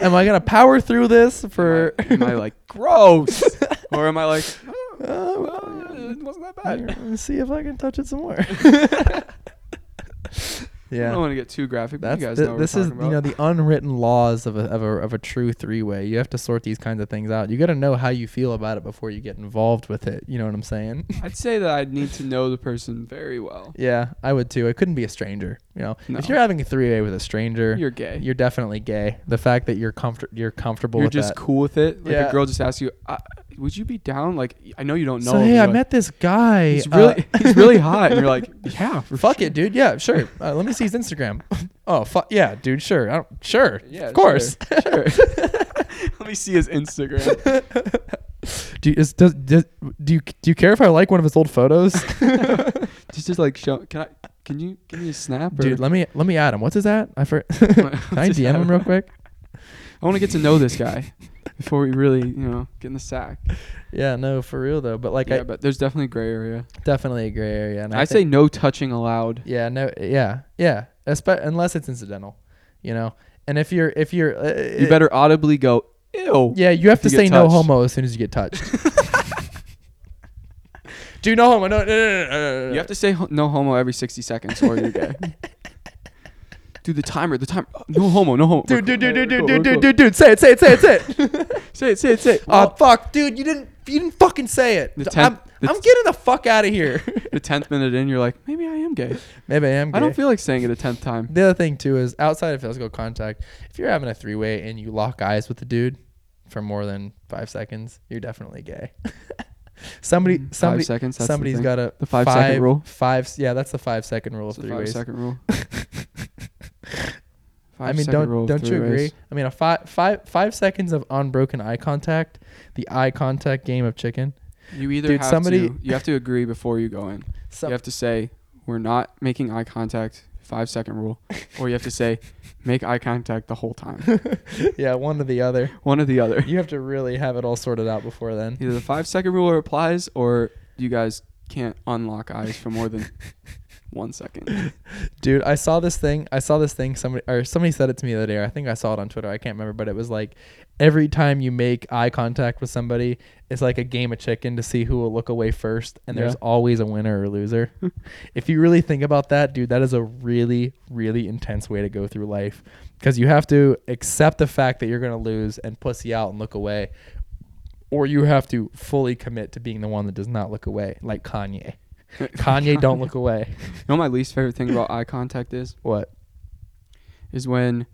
[SPEAKER 2] am I gonna power through this for?
[SPEAKER 1] Am I, am I like gross, or am I like
[SPEAKER 2] Uh,
[SPEAKER 1] "Oh,
[SPEAKER 2] well,
[SPEAKER 1] well, it wasn't that
[SPEAKER 2] here,
[SPEAKER 1] bad?
[SPEAKER 2] let me see if I can touch it some more.
[SPEAKER 1] I
[SPEAKER 2] yeah.
[SPEAKER 1] don't want to get too graphic, but
[SPEAKER 2] That's
[SPEAKER 1] you guys
[SPEAKER 2] thi-
[SPEAKER 1] know what
[SPEAKER 2] this
[SPEAKER 1] we're
[SPEAKER 2] is
[SPEAKER 1] talking
[SPEAKER 2] you know
[SPEAKER 1] about.
[SPEAKER 2] the unwritten laws of a of a of a true three way. You have to sort these kinds of things out. You got to know how you feel about it before you get involved with it. You know what I'm saying?
[SPEAKER 1] I'd say that I'd need to know the person very well.
[SPEAKER 2] yeah, I would too. It couldn't be a stranger. You know,
[SPEAKER 1] No.
[SPEAKER 2] if you're having a three way with a stranger,
[SPEAKER 1] You're gay.
[SPEAKER 2] you're definitely gay. The fact that you're comfort you're comfortable
[SPEAKER 1] You're
[SPEAKER 2] with
[SPEAKER 1] just
[SPEAKER 2] that.
[SPEAKER 1] cool with it. Like
[SPEAKER 2] Yeah.
[SPEAKER 1] a girl just asks you, I, "Would you be down?" Like I know you don't know.
[SPEAKER 2] so
[SPEAKER 1] him,
[SPEAKER 2] hey,
[SPEAKER 1] you're
[SPEAKER 2] I
[SPEAKER 1] like,
[SPEAKER 2] met this guy.
[SPEAKER 1] He's
[SPEAKER 2] uh,
[SPEAKER 1] really he's really hot, and you're like, "Yeah, for
[SPEAKER 2] Fuck
[SPEAKER 1] sure."
[SPEAKER 2] it, dude. Yeah, sure. Uh, let me see his Instagram. oh, fuck yeah, dude. Sure. I don't, sure.
[SPEAKER 1] Yeah,
[SPEAKER 2] of course.
[SPEAKER 1] Sure. Let me see his Instagram.
[SPEAKER 2] Do you, is, does, does, do you do you care if I like one of his old photos,
[SPEAKER 1] Just just like show. Can I? Can you give me a snap? Or
[SPEAKER 2] dude? Let me let me add him. What's his at? I for, can I
[SPEAKER 1] Just
[SPEAKER 2] DM
[SPEAKER 1] add
[SPEAKER 2] him real quick?
[SPEAKER 1] I want to get to know this guy before we really, you know, get in the sack.
[SPEAKER 2] Yeah, no, for real though. But like,
[SPEAKER 1] yeah,
[SPEAKER 2] I
[SPEAKER 1] but there's definitely a gray area.
[SPEAKER 2] definitely a gray area. And I,
[SPEAKER 1] I say
[SPEAKER 2] think-
[SPEAKER 1] no touching allowed.
[SPEAKER 2] yeah, no, yeah, yeah. Espe- unless it's incidental, you know. And if you're if you're uh,
[SPEAKER 1] You better audibly go, ew.
[SPEAKER 2] Yeah, you have to
[SPEAKER 1] to get
[SPEAKER 2] say no
[SPEAKER 1] touched.
[SPEAKER 2] homo as soon as you get touched. Do no homo. No, no, no, no, no, no,
[SPEAKER 1] You have to say ho- no homo every 60 seconds or you're gay. Dude, the timer, the timer. oh, No homo, no homo.
[SPEAKER 2] Dude,
[SPEAKER 1] We're
[SPEAKER 2] dude,
[SPEAKER 1] cool,
[SPEAKER 2] dude, dude,
[SPEAKER 1] we're
[SPEAKER 2] dude,
[SPEAKER 1] cool,
[SPEAKER 2] dude,
[SPEAKER 1] we're
[SPEAKER 2] dude,
[SPEAKER 1] cool.
[SPEAKER 2] dude, dude. Say it, say it, say it, say it.
[SPEAKER 1] Say it, say it, Ah, say it.
[SPEAKER 2] Oh fuck, dude, you didn't you didn't fucking say it.
[SPEAKER 1] The
[SPEAKER 2] I'm,
[SPEAKER 1] tenth- the
[SPEAKER 2] I'm getting the fuck out of here.
[SPEAKER 1] the 10th minute in, you're like, maybe I am gay.
[SPEAKER 2] Maybe I am.
[SPEAKER 1] I don't
[SPEAKER 2] gay.
[SPEAKER 1] feel like saying it a 10th time.
[SPEAKER 2] The other thing too is outside of physical contact, if you're having a three way and you lock eyes with the dude for more than five seconds, you're definitely gay. somebody,
[SPEAKER 1] Mm,
[SPEAKER 2] somebody,
[SPEAKER 1] five seconds. That's
[SPEAKER 2] somebody's
[SPEAKER 1] the
[SPEAKER 2] got a
[SPEAKER 1] The five-second rule?
[SPEAKER 2] Five, yeah, that's the five second rule
[SPEAKER 1] It's
[SPEAKER 2] of
[SPEAKER 1] a
[SPEAKER 2] three
[SPEAKER 1] five
[SPEAKER 2] ways.
[SPEAKER 1] second rule.
[SPEAKER 2] I
[SPEAKER 1] Five
[SPEAKER 2] mean,
[SPEAKER 1] second
[SPEAKER 2] don't
[SPEAKER 1] rule of
[SPEAKER 2] don't
[SPEAKER 1] three
[SPEAKER 2] you agree?
[SPEAKER 1] ways.
[SPEAKER 2] I mean, a five five five seconds of unbroken eye contact, the eye contact game of chicken.
[SPEAKER 1] You either
[SPEAKER 2] Dude,
[SPEAKER 1] have
[SPEAKER 2] somebody-
[SPEAKER 1] to you have to agree before you go in.
[SPEAKER 2] Some,
[SPEAKER 1] you have to say we're not making eye contact. Five second rule, or you have to say make eye contact the whole time.
[SPEAKER 2] yeah, one or the other.
[SPEAKER 1] One or the other.
[SPEAKER 2] You have to really have it all sorted out before then.
[SPEAKER 1] Either the five second rule applies, or you guys can't unlock eyes for more than one second.
[SPEAKER 2] Dude, I saw this thing. I saw this thing. Somebody or somebody said it to me the other day. Or I think I saw it on Twitter. I can't remember, but it was like every time you make eye contact with somebody, it's like a game of chicken to see who will look away first, and there's
[SPEAKER 1] Yeah.
[SPEAKER 2] always a winner or loser. if you really think about that, dude, that is a really, really intense way to go through life because you have to accept the fact that you're gonna lose and pussy out and look away, or you have to fully commit to being the one that does not look away, like Kanye. Kanye, don't look away.
[SPEAKER 1] You know, what my least favorite thing about eye contact is
[SPEAKER 2] What?
[SPEAKER 1] is when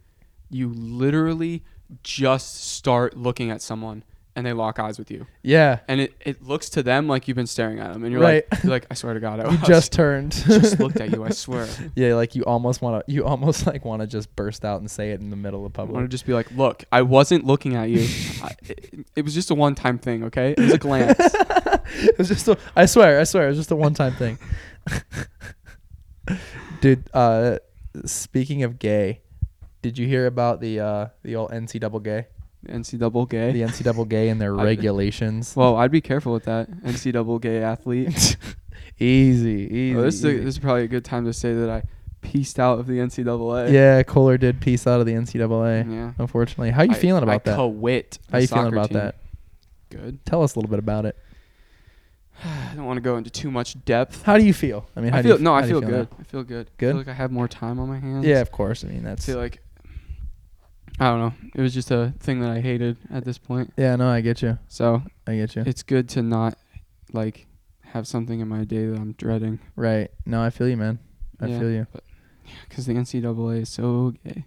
[SPEAKER 1] you literally just start looking at someone and they lock eyes with you,
[SPEAKER 2] Yeah.
[SPEAKER 1] and it, it looks to them like you've been staring at them, and you're
[SPEAKER 2] Right.
[SPEAKER 1] like, you're like, I swear to God, Oh, I
[SPEAKER 2] You
[SPEAKER 1] was-
[SPEAKER 2] just turned.
[SPEAKER 1] just looked at you. I swear.
[SPEAKER 2] yeah, like you almost want to. You almost like want to just burst out and say it in the middle of
[SPEAKER 1] I want to
[SPEAKER 2] public.
[SPEAKER 1] just be like, look, I wasn't looking at you. I, it, it was just a one-time thing, okay? It was a glance.
[SPEAKER 2] it was just. A, I swear. I swear. It was just a one-time thing. Dude, uh, speaking of gay, did you hear about the uh, the old NC double gay,
[SPEAKER 1] NC double gay.
[SPEAKER 2] the NC double gay and their
[SPEAKER 1] I-
[SPEAKER 2] regulations?
[SPEAKER 1] Well, I'd be careful with that. NC double gay athlete.
[SPEAKER 2] easy, easy.
[SPEAKER 1] Well, Oh, this, is a,
[SPEAKER 2] easy.
[SPEAKER 1] this is probably a good time to say that I pieced out of the NCAA.
[SPEAKER 2] yeah, Kohler did piece out of the NCAA.
[SPEAKER 1] uh, Yeah.
[SPEAKER 2] Unfortunately, how you
[SPEAKER 1] I-
[SPEAKER 2] feeling about
[SPEAKER 1] I
[SPEAKER 2] that?
[SPEAKER 1] Quit the
[SPEAKER 2] How you feeling
[SPEAKER 1] soccer
[SPEAKER 2] about
[SPEAKER 1] team.
[SPEAKER 2] that?
[SPEAKER 1] Good.
[SPEAKER 2] Tell us a little bit about it.
[SPEAKER 1] I don't want to go into too much depth.
[SPEAKER 2] How do you feel? I mean, how
[SPEAKER 1] I
[SPEAKER 2] do you,
[SPEAKER 1] feel no.
[SPEAKER 2] how
[SPEAKER 1] I
[SPEAKER 2] do you
[SPEAKER 1] feel good.
[SPEAKER 2] now?
[SPEAKER 1] I feel good. I
[SPEAKER 2] Good?
[SPEAKER 1] feel like I have more time on my hands.
[SPEAKER 2] Yeah, of course. I mean,
[SPEAKER 1] I
[SPEAKER 2] that's
[SPEAKER 1] Mm-hmm. feel like I don't know. It was just a thing that I hated at this point.
[SPEAKER 2] yeah. No, I get you.
[SPEAKER 1] So
[SPEAKER 2] I get you.
[SPEAKER 1] it's good to not like have something in my day that I'm dreading
[SPEAKER 2] Right. No, I feel you, man. I
[SPEAKER 1] Yeah.
[SPEAKER 2] feel you.
[SPEAKER 1] because the NCAA is so gay.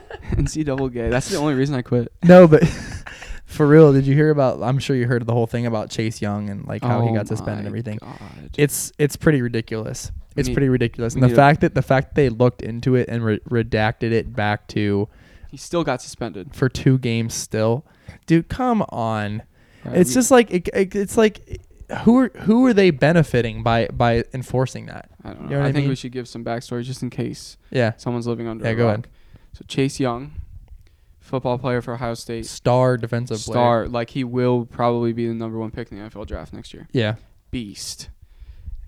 [SPEAKER 1] NCAA gay. That's the only reason I quit.
[SPEAKER 2] No, but for real, did you hear about? I'm sure you heard the whole thing about Chase Young and like how he
[SPEAKER 1] Oh
[SPEAKER 2] got suspended and
[SPEAKER 1] my
[SPEAKER 2] everything.
[SPEAKER 1] God.
[SPEAKER 2] It's it's pretty ridiculous.
[SPEAKER 1] We
[SPEAKER 2] It's
[SPEAKER 1] need-
[SPEAKER 2] pretty ridiculous,
[SPEAKER 1] we
[SPEAKER 2] and the
[SPEAKER 1] need a-
[SPEAKER 2] fact that the fact that they looked into it and re- redacted it back to
[SPEAKER 1] he still got suspended.
[SPEAKER 2] for two games still, dude, come on.
[SPEAKER 1] Right,
[SPEAKER 2] It's
[SPEAKER 1] we-
[SPEAKER 2] just like it, it, it's like who are who are they benefiting by by enforcing that?
[SPEAKER 1] I don't know.
[SPEAKER 2] you know what
[SPEAKER 1] I,
[SPEAKER 2] I
[SPEAKER 1] think we
[SPEAKER 2] mean?
[SPEAKER 1] should give some backstory just in case
[SPEAKER 2] Yeah,
[SPEAKER 1] someone's living under.
[SPEAKER 2] Yeah,
[SPEAKER 1] a
[SPEAKER 2] go
[SPEAKER 1] rock. So Chase Young, football player for Ohio State,
[SPEAKER 2] star defensive player.
[SPEAKER 1] star. Like he will probably be the number one pick in the NFL draft next year.
[SPEAKER 2] Yeah.
[SPEAKER 1] Beast,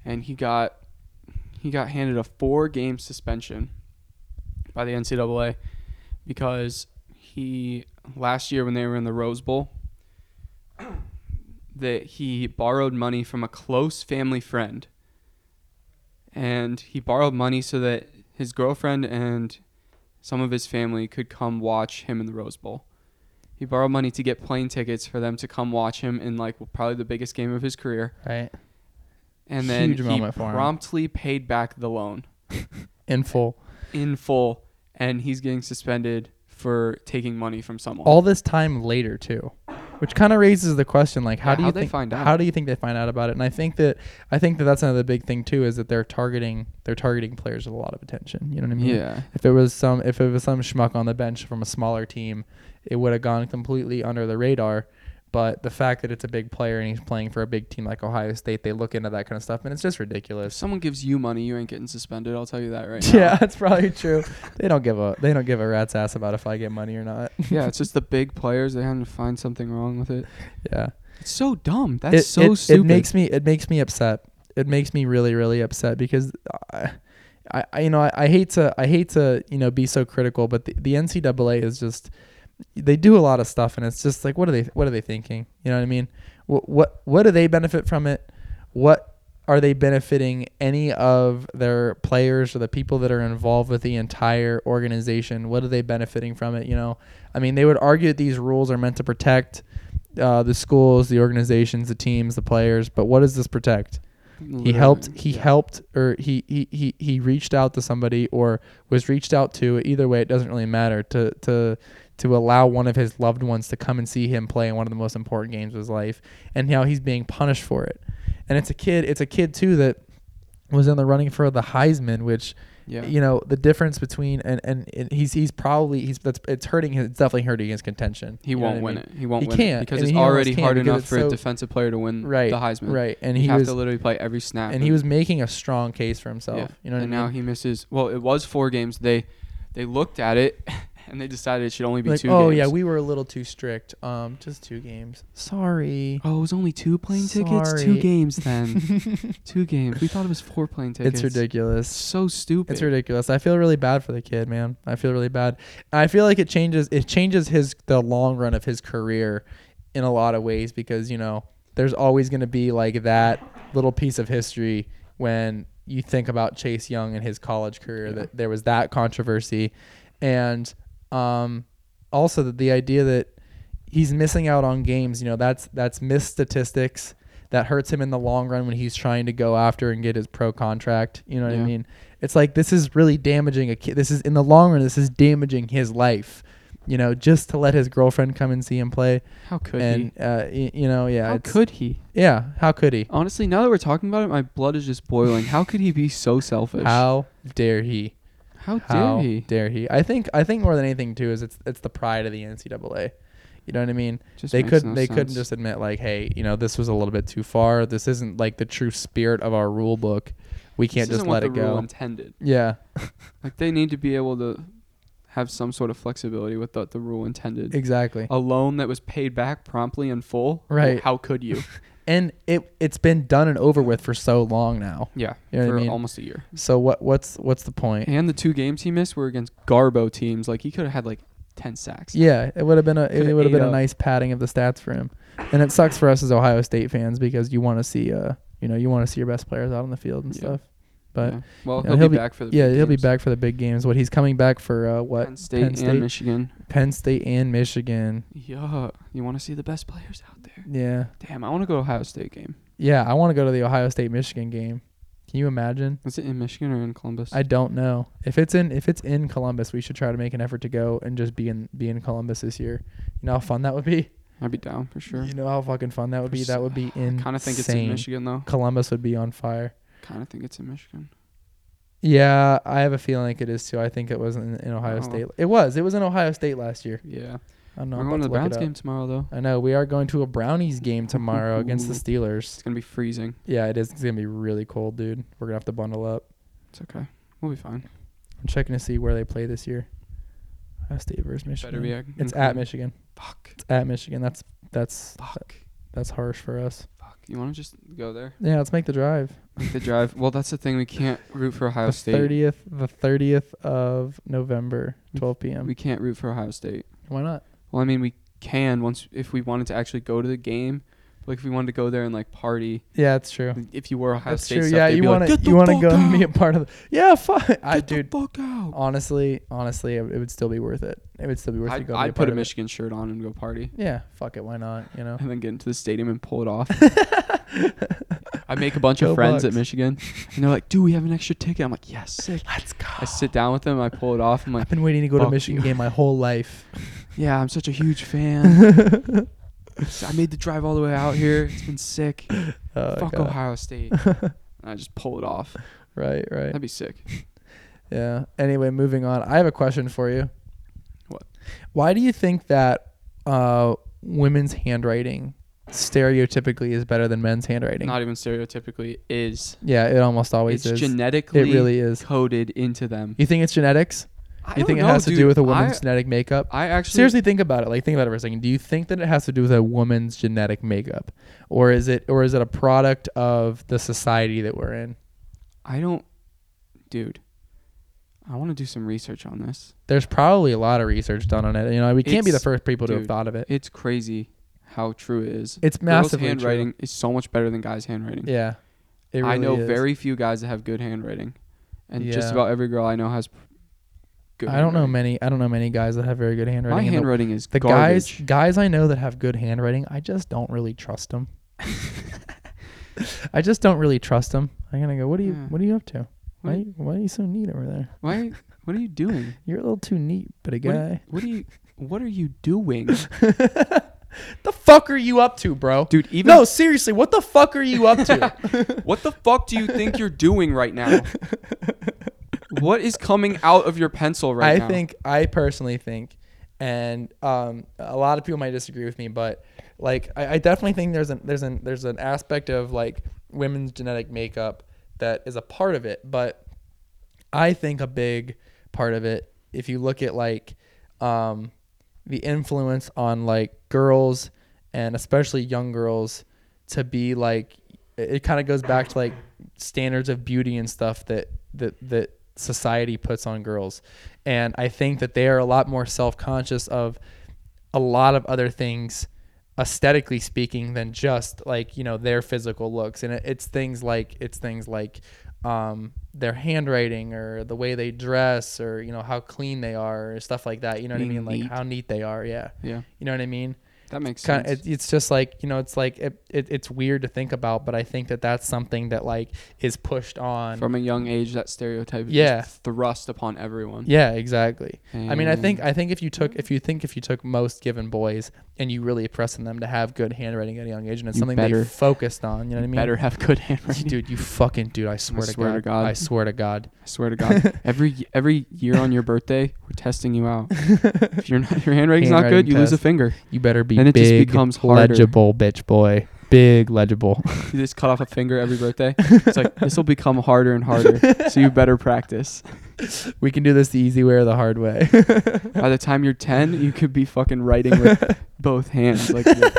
[SPEAKER 1] and he got he got handed a four game suspension by the NCAA because he last year when they were in the Rose Bowl that he borrowed money from a close family friend. And he borrowed money so that his girlfriend and some of his family could come watch him in the Rose Bowl. He borrowed money to get plane tickets for them to come watch him in like probably the biggest game of his career.
[SPEAKER 2] Right.
[SPEAKER 1] And then
[SPEAKER 2] Huge
[SPEAKER 1] he
[SPEAKER 2] moment for him.
[SPEAKER 1] promptly paid back the loan
[SPEAKER 2] In full.
[SPEAKER 1] in full and he's getting suspended for taking money from someone.
[SPEAKER 2] All this time later too. Which kind of raises the question like how
[SPEAKER 1] Yeah,
[SPEAKER 2] do you
[SPEAKER 1] how'd they
[SPEAKER 2] think
[SPEAKER 1] find out?
[SPEAKER 2] how do you think they find out about it? And I think that I think that that's another big thing too is that they're targeting they're targeting players with a lot of attention, you know what I mean?
[SPEAKER 1] yeah.
[SPEAKER 2] If it was some if it was some schmuck on the bench from a smaller team, it would have gone completely under the radar. But the fact that it's a big player and he's playing for a big team like Ohio State, they look into that kind of stuff and it's just
[SPEAKER 1] If
[SPEAKER 2] ridiculous.
[SPEAKER 1] someone gives you money, you ain't getting suspended. I'll tell you that right now.
[SPEAKER 2] Yeah, that's probably true. they don't give a they don't give a rat's ass about if I get money or not.
[SPEAKER 1] yeah, it's just the big players. They had to find something wrong with it.
[SPEAKER 2] yeah.
[SPEAKER 1] It's so dumb. That's so
[SPEAKER 2] it,
[SPEAKER 1] stupid.
[SPEAKER 2] It makes me it makes me upset. It makes me really really upset because I, I I- you know I, I hate to I hate to you know be so critical, but the, the NCAA is just they do a lot of stuff, and it's just like what are they what are they thinking? You know what I mean? What what what do they benefit from it? What are they benefiting any of their players or the people that are involved with the entire organization? What are they benefiting from it? You know, I mean, they would argue that these rules are meant to protect uh, the schools, the organizations, the teams, the players. But what does this protect?
[SPEAKER 1] Literally,
[SPEAKER 2] He helped. He
[SPEAKER 1] yeah.
[SPEAKER 2] helped, or he, he he he reached out to somebody, or was reached out to. Either way, it doesn't really matter. To to to allow one of his loved ones to come and see him play in one of the most important games of his life, and now he's being punished for it. And it's a kid. It's a kid too that was in the running for the Heisman, which
[SPEAKER 1] Yeah.
[SPEAKER 2] you know the difference between and, and and he's he's probably he's that's it's hurting his it's definitely hurting his contention.
[SPEAKER 1] He
[SPEAKER 2] You know
[SPEAKER 1] won't
[SPEAKER 2] what I
[SPEAKER 1] win
[SPEAKER 2] mean?
[SPEAKER 1] it. He won't
[SPEAKER 2] He
[SPEAKER 1] win
[SPEAKER 2] can't.
[SPEAKER 1] it because
[SPEAKER 2] I mean,
[SPEAKER 1] it's
[SPEAKER 2] he almost
[SPEAKER 1] already
[SPEAKER 2] can't
[SPEAKER 1] hard
[SPEAKER 2] because
[SPEAKER 1] enough
[SPEAKER 2] it's
[SPEAKER 1] for
[SPEAKER 2] so-
[SPEAKER 1] a defensive player to win
[SPEAKER 2] Right,
[SPEAKER 1] the Heisman.
[SPEAKER 2] Right, and
[SPEAKER 1] You
[SPEAKER 2] he
[SPEAKER 1] have
[SPEAKER 2] was
[SPEAKER 1] to literally play every snap.
[SPEAKER 2] and he was making a strong case for himself. You
[SPEAKER 1] and
[SPEAKER 2] know what I mean?
[SPEAKER 1] now he misses. Well, it was four games. They they looked at it and they decided it should only be
[SPEAKER 2] Like,
[SPEAKER 1] two.
[SPEAKER 2] oh
[SPEAKER 1] games.
[SPEAKER 2] yeah, we were a little too strict. Um, just two games. Sorry.
[SPEAKER 1] Oh, it was only two plane tickets. Two
[SPEAKER 2] Sorry.
[SPEAKER 1] games then. two games. We thought it was four plane tickets.
[SPEAKER 2] It's ridiculous.
[SPEAKER 1] So stupid.
[SPEAKER 2] It's ridiculous. I feel really bad for the kid, man. I feel really bad. I feel like it changes it changes his the long run of his career in a lot of ways because, you know, there's always going to be like that little piece of history when you think about Chase Young and his college career
[SPEAKER 1] Yeah.
[SPEAKER 2] that there was that controversy and um also that the idea that he's missing out on games, you know, that's that's missed statistics that hurts him in the long run when he's trying to go after and get his pro contract. You know what
[SPEAKER 1] Yeah.
[SPEAKER 2] I mean? It's like this is really damaging a kid. This is in the long run, this is damaging his life. You know, just to let his girlfriend come and see him play,
[SPEAKER 1] How could
[SPEAKER 2] and
[SPEAKER 1] he?
[SPEAKER 2] uh, y- you know, yeah,
[SPEAKER 1] How
[SPEAKER 2] it's-
[SPEAKER 1] could he?
[SPEAKER 2] yeah, how could he?
[SPEAKER 1] Honestly, now that we're talking about it, my blood is just boiling. How could he be so selfish?
[SPEAKER 2] How dare he?
[SPEAKER 1] How dare
[SPEAKER 2] How
[SPEAKER 1] he?
[SPEAKER 2] dare he? I think I think more than anything too is it's it's the pride of the NCAA. You know what I mean?
[SPEAKER 1] Just
[SPEAKER 2] they
[SPEAKER 1] makes
[SPEAKER 2] couldn't
[SPEAKER 1] no
[SPEAKER 2] they couldn't
[SPEAKER 1] sense.
[SPEAKER 2] just admit like, hey, you know, this was a little bit too far. This isn't like the true spirit of our rule book. We
[SPEAKER 1] This
[SPEAKER 2] can't just
[SPEAKER 1] isn't what
[SPEAKER 2] let
[SPEAKER 1] the
[SPEAKER 2] it
[SPEAKER 1] Rule
[SPEAKER 2] go.
[SPEAKER 1] intended.
[SPEAKER 2] yeah,
[SPEAKER 1] Like they need to be able to have some sort of flexibility with what the rule intended.
[SPEAKER 2] exactly.
[SPEAKER 1] a loan that was paid back promptly in full.
[SPEAKER 2] Right.
[SPEAKER 1] How could you?
[SPEAKER 2] And it it's been done and over with for so long now.
[SPEAKER 1] yeah.
[SPEAKER 2] You know what
[SPEAKER 1] for
[SPEAKER 2] I mean?
[SPEAKER 1] almost a year.
[SPEAKER 2] So what what's what's the point?
[SPEAKER 1] And the two games he missed were against Garbo teams. Like he could have had like ten sacks.
[SPEAKER 2] Yeah, it would have been a it,
[SPEAKER 1] Coulda
[SPEAKER 2] would have been
[SPEAKER 1] ate
[SPEAKER 2] a
[SPEAKER 1] up.
[SPEAKER 2] nice padding of the stats for him. And it sucks for us as Ohio State fans because you want to see uh you know you want to see your best players out on the field and
[SPEAKER 1] Yeah.
[SPEAKER 2] stuff. But
[SPEAKER 1] Yeah. well,
[SPEAKER 2] yeah,
[SPEAKER 1] he'll,
[SPEAKER 2] he'll
[SPEAKER 1] be
[SPEAKER 2] be-
[SPEAKER 1] back for the
[SPEAKER 2] yeah,
[SPEAKER 1] big
[SPEAKER 2] he'll be
[SPEAKER 1] games.
[SPEAKER 2] back for the big games. What he's coming back for uh what
[SPEAKER 1] Penn State,
[SPEAKER 2] Penn State?
[SPEAKER 1] and Michigan.
[SPEAKER 2] Penn State and Michigan.
[SPEAKER 1] Yeah. You want to see the best players out there?
[SPEAKER 2] Yeah.
[SPEAKER 1] Damn, I want to go to Ohio State game.
[SPEAKER 2] Yeah, I want to go to the Ohio State Michigan game. Can you imagine?
[SPEAKER 1] Is it in Michigan or in Columbus?
[SPEAKER 2] I don't know. If it's in if it's in Columbus, we should try to make an effort to go and just be in be in Columbus this year. You know how fun that would be?
[SPEAKER 1] I'd be down for sure.
[SPEAKER 2] You know how fucking fun that would be?
[SPEAKER 1] Pers-
[SPEAKER 2] That would be insane.
[SPEAKER 1] Kind of think it's in Michigan though.
[SPEAKER 2] Columbus would be on fire.
[SPEAKER 1] Kind of think it's in Michigan.
[SPEAKER 2] Yeah, I have a feeling like it is too. I think it was in, in Ohio
[SPEAKER 1] Oh.
[SPEAKER 2] State. It was. It was in Ohio State last year.
[SPEAKER 1] Yeah.
[SPEAKER 2] I don't know.
[SPEAKER 1] We're
[SPEAKER 2] I'm
[SPEAKER 1] going to the
[SPEAKER 2] about look
[SPEAKER 1] Browns
[SPEAKER 2] it
[SPEAKER 1] game tomorrow though.
[SPEAKER 2] up. I know. We are going to a Brownies game tomorrow against the Steelers.
[SPEAKER 1] It's gonna be freezing.
[SPEAKER 2] Yeah, it is. It's gonna be really cold, dude. We're gonna have to bundle up.
[SPEAKER 1] It's okay. We'll be fine.
[SPEAKER 2] I'm checking to see where they play this year. Ohio State versus Michigan.
[SPEAKER 1] Better be.
[SPEAKER 2] it's at Michigan.
[SPEAKER 1] Fuck.
[SPEAKER 2] It's at Michigan. That's that's
[SPEAKER 1] Fuck.
[SPEAKER 2] that's harsh for us.
[SPEAKER 1] Fuck. You want to just go there?
[SPEAKER 2] Yeah, let's make the drive.
[SPEAKER 1] Make the drive. Well, that's the thing. We can't root for Ohio
[SPEAKER 2] The
[SPEAKER 1] State.
[SPEAKER 2] thirtieth, the thirtieth of November, twelve p.m.
[SPEAKER 1] We can't root for Ohio State.
[SPEAKER 2] Why not?
[SPEAKER 1] Well, I mean, we can once if we wanted to actually go to the game. Like if we wanted to go there and like party.
[SPEAKER 2] Yeah, it's true.
[SPEAKER 1] If you were Ohio
[SPEAKER 2] That's
[SPEAKER 1] State,
[SPEAKER 2] true.
[SPEAKER 1] stuff,
[SPEAKER 2] Yeah,
[SPEAKER 1] they'd
[SPEAKER 2] you
[SPEAKER 1] be
[SPEAKER 2] want
[SPEAKER 1] like,
[SPEAKER 2] to
[SPEAKER 1] "Get the
[SPEAKER 2] you want to
[SPEAKER 1] fuck
[SPEAKER 2] go
[SPEAKER 1] out.
[SPEAKER 2] and be a part of the yeah, fuck. I
[SPEAKER 1] Get the
[SPEAKER 2] dude,
[SPEAKER 1] fuck out.
[SPEAKER 2] honestly, honestly, it, it would still be worth it. It would still be worth it. to
[SPEAKER 1] I'd,
[SPEAKER 2] go and be
[SPEAKER 1] I'd
[SPEAKER 2] part
[SPEAKER 1] put a
[SPEAKER 2] of it.
[SPEAKER 1] Michigan shirt on and go party,
[SPEAKER 2] Yeah, fuck it. Why not? You know.
[SPEAKER 1] and then get into the stadium and pull it off. I make a bunch of
[SPEAKER 2] Go
[SPEAKER 1] friends at
[SPEAKER 2] Bucks.
[SPEAKER 1] Michigan, and they're like, "Dude, we have an extra ticket." I'm like, "Yes, sick."
[SPEAKER 2] Let's go.
[SPEAKER 1] I sit down with them, I pull it off. I'm like,
[SPEAKER 2] I've been waiting to go to a
[SPEAKER 1] Fuck
[SPEAKER 2] Michigan
[SPEAKER 1] you.
[SPEAKER 2] game my whole life.
[SPEAKER 1] "Yeah, I'm such a huge fan. I made the drive all the way out here. It's been sick.
[SPEAKER 2] Oh,
[SPEAKER 1] Fuck
[SPEAKER 2] God.
[SPEAKER 1] Ohio State." and I just pull it off.
[SPEAKER 2] Right, right.
[SPEAKER 1] That'd be sick.
[SPEAKER 2] Yeah. Anyway, moving on. I have a question for you.
[SPEAKER 1] What?
[SPEAKER 2] Why do you think that uh, women's handwriting stereotypically is better than men's handwriting?
[SPEAKER 1] Not even stereotypically is.
[SPEAKER 2] yeah, it almost always
[SPEAKER 1] It's
[SPEAKER 2] is.
[SPEAKER 1] genetically
[SPEAKER 2] it really is.
[SPEAKER 1] coded into them.
[SPEAKER 2] You think it's genetics?
[SPEAKER 1] I
[SPEAKER 2] you
[SPEAKER 1] don't
[SPEAKER 2] think
[SPEAKER 1] know,
[SPEAKER 2] it has to
[SPEAKER 1] dude.
[SPEAKER 2] do with a woman's
[SPEAKER 1] I,
[SPEAKER 2] genetic makeup?
[SPEAKER 1] I actually
[SPEAKER 2] Seriously, think about it. Like, think about it for a second. Do you think that it has to do with a woman's genetic makeup, or is it, or is it a product of the society that we're in?
[SPEAKER 1] I don't, dude. I want to do some research on this.
[SPEAKER 2] There's probably a lot of research done on it. You know, we can't be the
[SPEAKER 1] It's-
[SPEAKER 2] first people to have
[SPEAKER 1] dude,
[SPEAKER 2] thought of it.
[SPEAKER 1] It's crazy how true it is.
[SPEAKER 2] It's massively
[SPEAKER 1] Girls'
[SPEAKER 2] true.
[SPEAKER 1] handwriting is so much better than guys' handwriting.
[SPEAKER 2] Yeah, it
[SPEAKER 1] I know
[SPEAKER 2] is.
[SPEAKER 1] very few guys that have good handwriting, and just
[SPEAKER 2] Yeah.
[SPEAKER 1] about every girl I know has p- good.
[SPEAKER 2] I don't know
[SPEAKER 1] handwriting.
[SPEAKER 2] many. I don't know many guys that have very good handwriting.
[SPEAKER 1] My
[SPEAKER 2] and the-
[SPEAKER 1] handwriting is
[SPEAKER 2] The, guys,
[SPEAKER 1] garbage.
[SPEAKER 2] guys I know that have good handwriting, I just don't really trust them. I just don't really trust them. I'm gonna go. What are you?
[SPEAKER 1] Yeah.
[SPEAKER 2] What are you up to? Why?
[SPEAKER 1] Hmm. What-
[SPEAKER 2] you- Why are you so neat over there?
[SPEAKER 1] Why? What are you doing?
[SPEAKER 2] You're a little too neat, but a
[SPEAKER 1] What are,
[SPEAKER 2] guy.
[SPEAKER 1] what are you? What are you doing,
[SPEAKER 2] the fuck are you up to, bro?
[SPEAKER 1] dude? Even
[SPEAKER 2] no, seriously, what the fuck are you up to?
[SPEAKER 1] what the fuck do you think you're doing right now? What is coming out of your pencil right
[SPEAKER 2] I
[SPEAKER 1] now?
[SPEAKER 2] think I personally think, and um, a lot of people might disagree with me, but like I, I definitely think there's an there's an there's an aspect of like women's genetic makeup that is a part of it, but I think a big part of it, if you look at like um, the influence on like girls and especially young girls to be like it, it kind of goes back to like standards of beauty and stuff that that that society puts on girls and i think that they are a lot more self-conscious of a lot of other things aesthetically speaking than just like you know their physical looks and it, it's things like it's things like um their handwriting or the way they dress or you know how clean they are or stuff like that you know what i
[SPEAKER 1] Being
[SPEAKER 2] mean like
[SPEAKER 1] neat.
[SPEAKER 2] how neat they are yeah
[SPEAKER 1] Yeah,
[SPEAKER 2] you know what i mean
[SPEAKER 1] that makes
[SPEAKER 2] kind
[SPEAKER 1] sense.
[SPEAKER 2] of, it, it's just like you know it's like it, it, it's weird to think about but i think that that's something that like is pushed on
[SPEAKER 1] From a young age, that stereotype is
[SPEAKER 2] Yeah.
[SPEAKER 1] just thrust upon everyone.
[SPEAKER 2] yeah exactly I mean, I think
[SPEAKER 1] And
[SPEAKER 2] I think if you took
[SPEAKER 1] Mm.
[SPEAKER 2] if you think if you took most given boys and you really pressed on them to have good handwriting at a young age, and it's
[SPEAKER 1] You
[SPEAKER 2] something
[SPEAKER 1] better-
[SPEAKER 2] they focused on. You know what I mean?
[SPEAKER 1] better have good handwriting.
[SPEAKER 2] dude, you fucking dude. I swear,
[SPEAKER 1] swear
[SPEAKER 2] to,
[SPEAKER 1] to
[SPEAKER 2] God,
[SPEAKER 1] God.
[SPEAKER 2] I swear to God.
[SPEAKER 1] I swear to God, every every year on your birthday, we're testing you out. If you're not, your handwriting's not good,
[SPEAKER 2] Handwriting
[SPEAKER 1] you lose a
[SPEAKER 2] test.
[SPEAKER 1] finger.
[SPEAKER 2] You better be
[SPEAKER 1] Then it
[SPEAKER 2] big,
[SPEAKER 1] just becomes harder.
[SPEAKER 2] legible, bitch boy. Big legible.
[SPEAKER 1] You just cut off a finger every birthday. It's like this will become harder and harder, so you better practice.
[SPEAKER 2] we can do this the easy way or the hard way.
[SPEAKER 1] By the time you're 10, you could be fucking writing with both hands like this.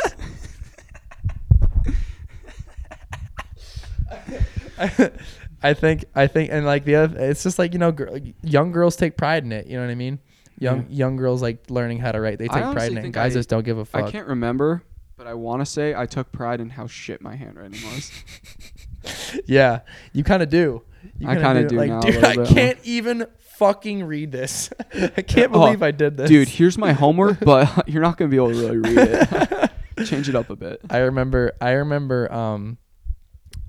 [SPEAKER 2] I think I think and like the other, it's just like you know, gir- young girls take pride in it. You know what I mean? Young young girls like learning how to write. They
[SPEAKER 1] I
[SPEAKER 2] take pride
[SPEAKER 1] honestly
[SPEAKER 2] in it. and
[SPEAKER 1] think
[SPEAKER 2] Guys
[SPEAKER 1] I-
[SPEAKER 2] just don't give a fuck.
[SPEAKER 1] I can't remember, but I want to say I took pride in how shit my handwriting was.
[SPEAKER 2] Yeah, you kind of do. You
[SPEAKER 1] I kinda do
[SPEAKER 2] Like,
[SPEAKER 1] now a
[SPEAKER 2] dude,
[SPEAKER 1] little
[SPEAKER 2] I
[SPEAKER 1] bit, huh?
[SPEAKER 2] can't even fucking read this. I can't
[SPEAKER 1] Oh,
[SPEAKER 2] believe I did this,
[SPEAKER 1] Dude, here's my homework, but you're not going to be able to really read it. Change it up a bit.
[SPEAKER 2] I remember. I remember. Um,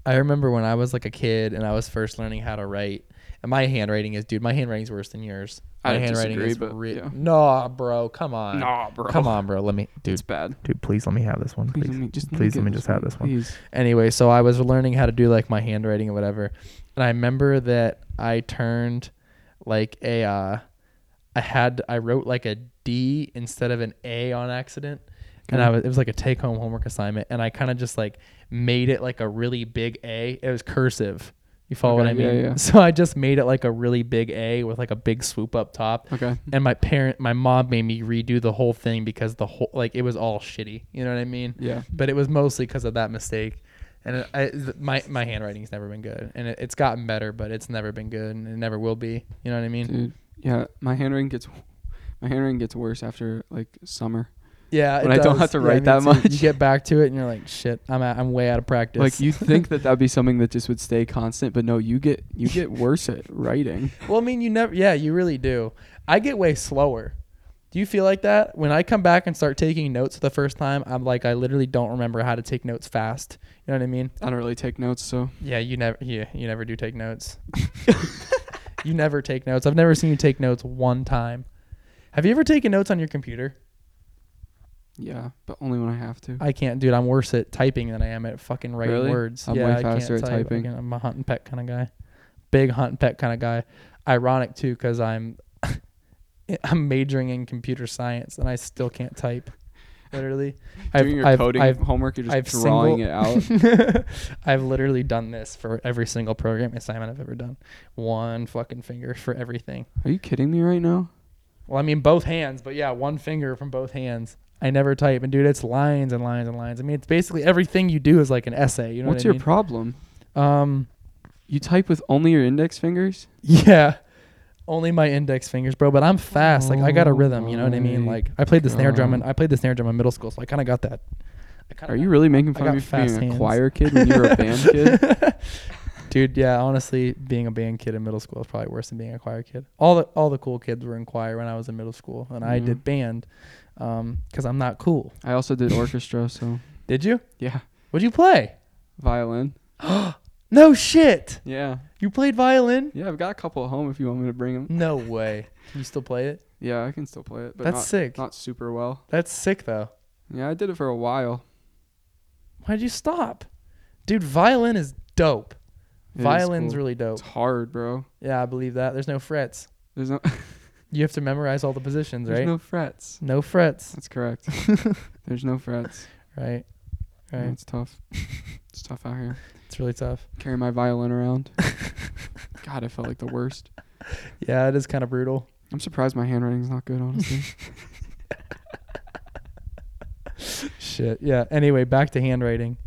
[SPEAKER 2] I remember when I was like a kid and I was first learning how to write. And my handwriting is, dude, my handwriting's worse than yours.
[SPEAKER 1] I
[SPEAKER 2] My
[SPEAKER 1] don't
[SPEAKER 2] handwriting
[SPEAKER 1] disagree,
[SPEAKER 2] is
[SPEAKER 1] but,
[SPEAKER 2] re-
[SPEAKER 1] yeah.
[SPEAKER 2] Nah, bro, come on.
[SPEAKER 1] bro.
[SPEAKER 2] Come on, bro. Let me, dude,
[SPEAKER 1] It's bad.
[SPEAKER 2] dude, please let me have this one,
[SPEAKER 1] Please,
[SPEAKER 2] please.
[SPEAKER 1] let me just,
[SPEAKER 2] please
[SPEAKER 1] get
[SPEAKER 2] let me just have this one.
[SPEAKER 1] Please.
[SPEAKER 2] anyway, so I was learning how to do like my handwriting and whatever, and I remember that I turned like a, uh, I had I wrote like a D instead of an A on accident, and I
[SPEAKER 1] Okay.
[SPEAKER 2] was it was like a take home homework assignment, and I kind of just like made it like a really big A. It was cursive. You follow what I
[SPEAKER 1] Okay, yeah,
[SPEAKER 2] mean?
[SPEAKER 1] yeah.
[SPEAKER 2] So I just made it like a really big A with like a big swoop up top.
[SPEAKER 1] Okay.
[SPEAKER 2] And my parent, my mom made me redo the whole thing because the whole, like, it was all shitty. You know what I mean?
[SPEAKER 1] Yeah.
[SPEAKER 2] but it was mostly because of that mistake. And it, I, th- my my handwriting's never been good, and it, it's gotten better, but it's never been good, and it never will be. You know what I mean?
[SPEAKER 1] Dude. Yeah, my handwriting gets my handwriting gets worse after like summer.
[SPEAKER 2] Yeah.
[SPEAKER 1] When I don't have to write
[SPEAKER 2] me
[SPEAKER 1] that
[SPEAKER 2] too.
[SPEAKER 1] much.
[SPEAKER 2] you get back to it, and you're like, shit, I'm out, I'm way out of practice.
[SPEAKER 1] Like you think that that'd be something that just would stay constant, but no, you get you get worse at writing.
[SPEAKER 2] well, I mean, you never. Yeah, you really do. I get way slower. Do you feel like that? When I come back and start taking notes for the first time, I'm like, I literally don't remember how to take notes fast. You know what I mean?
[SPEAKER 1] I don't really take notes, so
[SPEAKER 2] Yeah, you never yeah, you never do take notes. you never take notes. I've never seen you take notes one time. Have you ever taken notes on your computer?
[SPEAKER 1] yeah, but only when I have to.
[SPEAKER 2] I can't, dude. I'm worse at typing than I am at fucking writing
[SPEAKER 1] Really?
[SPEAKER 2] words.
[SPEAKER 1] I'm
[SPEAKER 2] yeah,
[SPEAKER 1] way
[SPEAKER 2] I can't
[SPEAKER 1] faster at
[SPEAKER 2] type. I
[SPEAKER 1] typing.
[SPEAKER 2] can't- I'm a hunt and peck kind of guy. Big hunt and peck kind of guy. Ironic too, because I'm I'm majoring in computer science and I still can't type. Literally,
[SPEAKER 1] Doing your coding
[SPEAKER 2] I've,
[SPEAKER 1] homework, you're just
[SPEAKER 2] I've
[SPEAKER 1] drawing
[SPEAKER 2] single-
[SPEAKER 1] it out.
[SPEAKER 2] I've literally done this for every single program assignment I've ever done. One fucking finger for everything.
[SPEAKER 1] Are you kidding me right now?
[SPEAKER 2] Well, I mean both hands, but yeah, one finger from both hands. I never type, and dude, it's lines and lines and lines. I mean, it's basically everything you do is like an essay. You know
[SPEAKER 1] What's
[SPEAKER 2] what
[SPEAKER 1] your
[SPEAKER 2] I mean?
[SPEAKER 1] problem?
[SPEAKER 2] um,
[SPEAKER 1] You type with only your index fingers?
[SPEAKER 2] yeah, only my index fingers, bro. But I'm fast. Like I got a
[SPEAKER 1] Oh
[SPEAKER 2] rhythm. You know what I mean?
[SPEAKER 1] my
[SPEAKER 2] Like I played the snare drum, and
[SPEAKER 1] God.
[SPEAKER 2] I played the snare drum in middle school, so I kind of got that. I kinda
[SPEAKER 1] Are you really making
[SPEAKER 2] I
[SPEAKER 1] fun of
[SPEAKER 2] got
[SPEAKER 1] me for being
[SPEAKER 2] fast
[SPEAKER 1] a
[SPEAKER 2] hands.
[SPEAKER 1] choir kid when you were a band kid?
[SPEAKER 2] Dude, yeah, honestly, being a band kid in middle school is probably worse than being a choir kid. All the all the cool kids were in choir when I was in middle school, and I
[SPEAKER 1] Mhm.
[SPEAKER 2] did band because I'm not cool.
[SPEAKER 1] I also did orchestra, so
[SPEAKER 2] Did you?
[SPEAKER 1] yeah,
[SPEAKER 2] What'd you play?
[SPEAKER 1] violin.
[SPEAKER 2] No shit.
[SPEAKER 1] Yeah,
[SPEAKER 2] You played violin?
[SPEAKER 1] yeah, I've got a couple at home if you want me to bring them.
[SPEAKER 2] No way. You still play it?
[SPEAKER 1] Yeah, I can still play it, but
[SPEAKER 2] That's
[SPEAKER 1] not,
[SPEAKER 2] sick.
[SPEAKER 1] not super well.
[SPEAKER 2] That's sick though.
[SPEAKER 1] Yeah, I did it for a while.
[SPEAKER 2] Why'd you stop? Dude, violin is dope.
[SPEAKER 1] It is
[SPEAKER 2] Violin's
[SPEAKER 1] cool.
[SPEAKER 2] really dope.
[SPEAKER 1] It's hard, bro.
[SPEAKER 2] Yeah, I believe that. There's no frets.
[SPEAKER 1] There's no
[SPEAKER 2] You have to memorize all the positions,
[SPEAKER 1] there's
[SPEAKER 2] right?
[SPEAKER 1] no frets.
[SPEAKER 2] no frets.
[SPEAKER 1] That's correct. there's no frets.
[SPEAKER 2] Right.
[SPEAKER 1] Yeah,
[SPEAKER 2] Right.
[SPEAKER 1] it's tough. it's tough out here.
[SPEAKER 2] It's really tough.
[SPEAKER 1] Carry my violin around. God, I felt like the worst.
[SPEAKER 2] Yeah, it is kind of brutal.
[SPEAKER 1] I'm surprised my handwriting's not good, honestly.
[SPEAKER 2] shit. Yeah. Anyway, back to handwriting.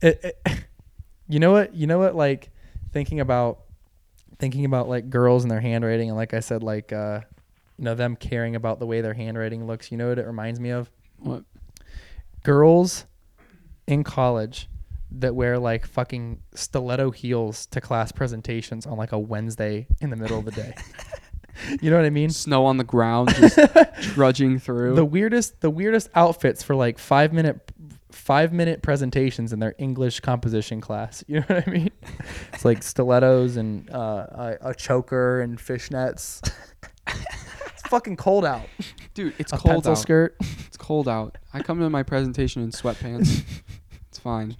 [SPEAKER 2] It, it- you know what? You know what? Like thinking about thinking about like girls and their handwriting, and like I said, like uh, you know them caring about the way their handwriting looks. You know what it reminds me of?
[SPEAKER 1] What?
[SPEAKER 2] Girls in college that wear like fucking stiletto heels to class presentations on like a Wednesday in the middle of the day. you know what I mean?
[SPEAKER 1] Snow on the ground, just trudging through.
[SPEAKER 2] the weirdest the weirdest outfits for like five minute five minute presentations in their english composition class you know what i mean it's like stilettos and uh, a, a choker and fishnets it's fucking cold out
[SPEAKER 1] Dude, it's
[SPEAKER 2] a
[SPEAKER 1] cold
[SPEAKER 2] pencil
[SPEAKER 1] out.
[SPEAKER 2] skirt
[SPEAKER 1] It's cold out. I come to my presentation in sweatpants. it's fine.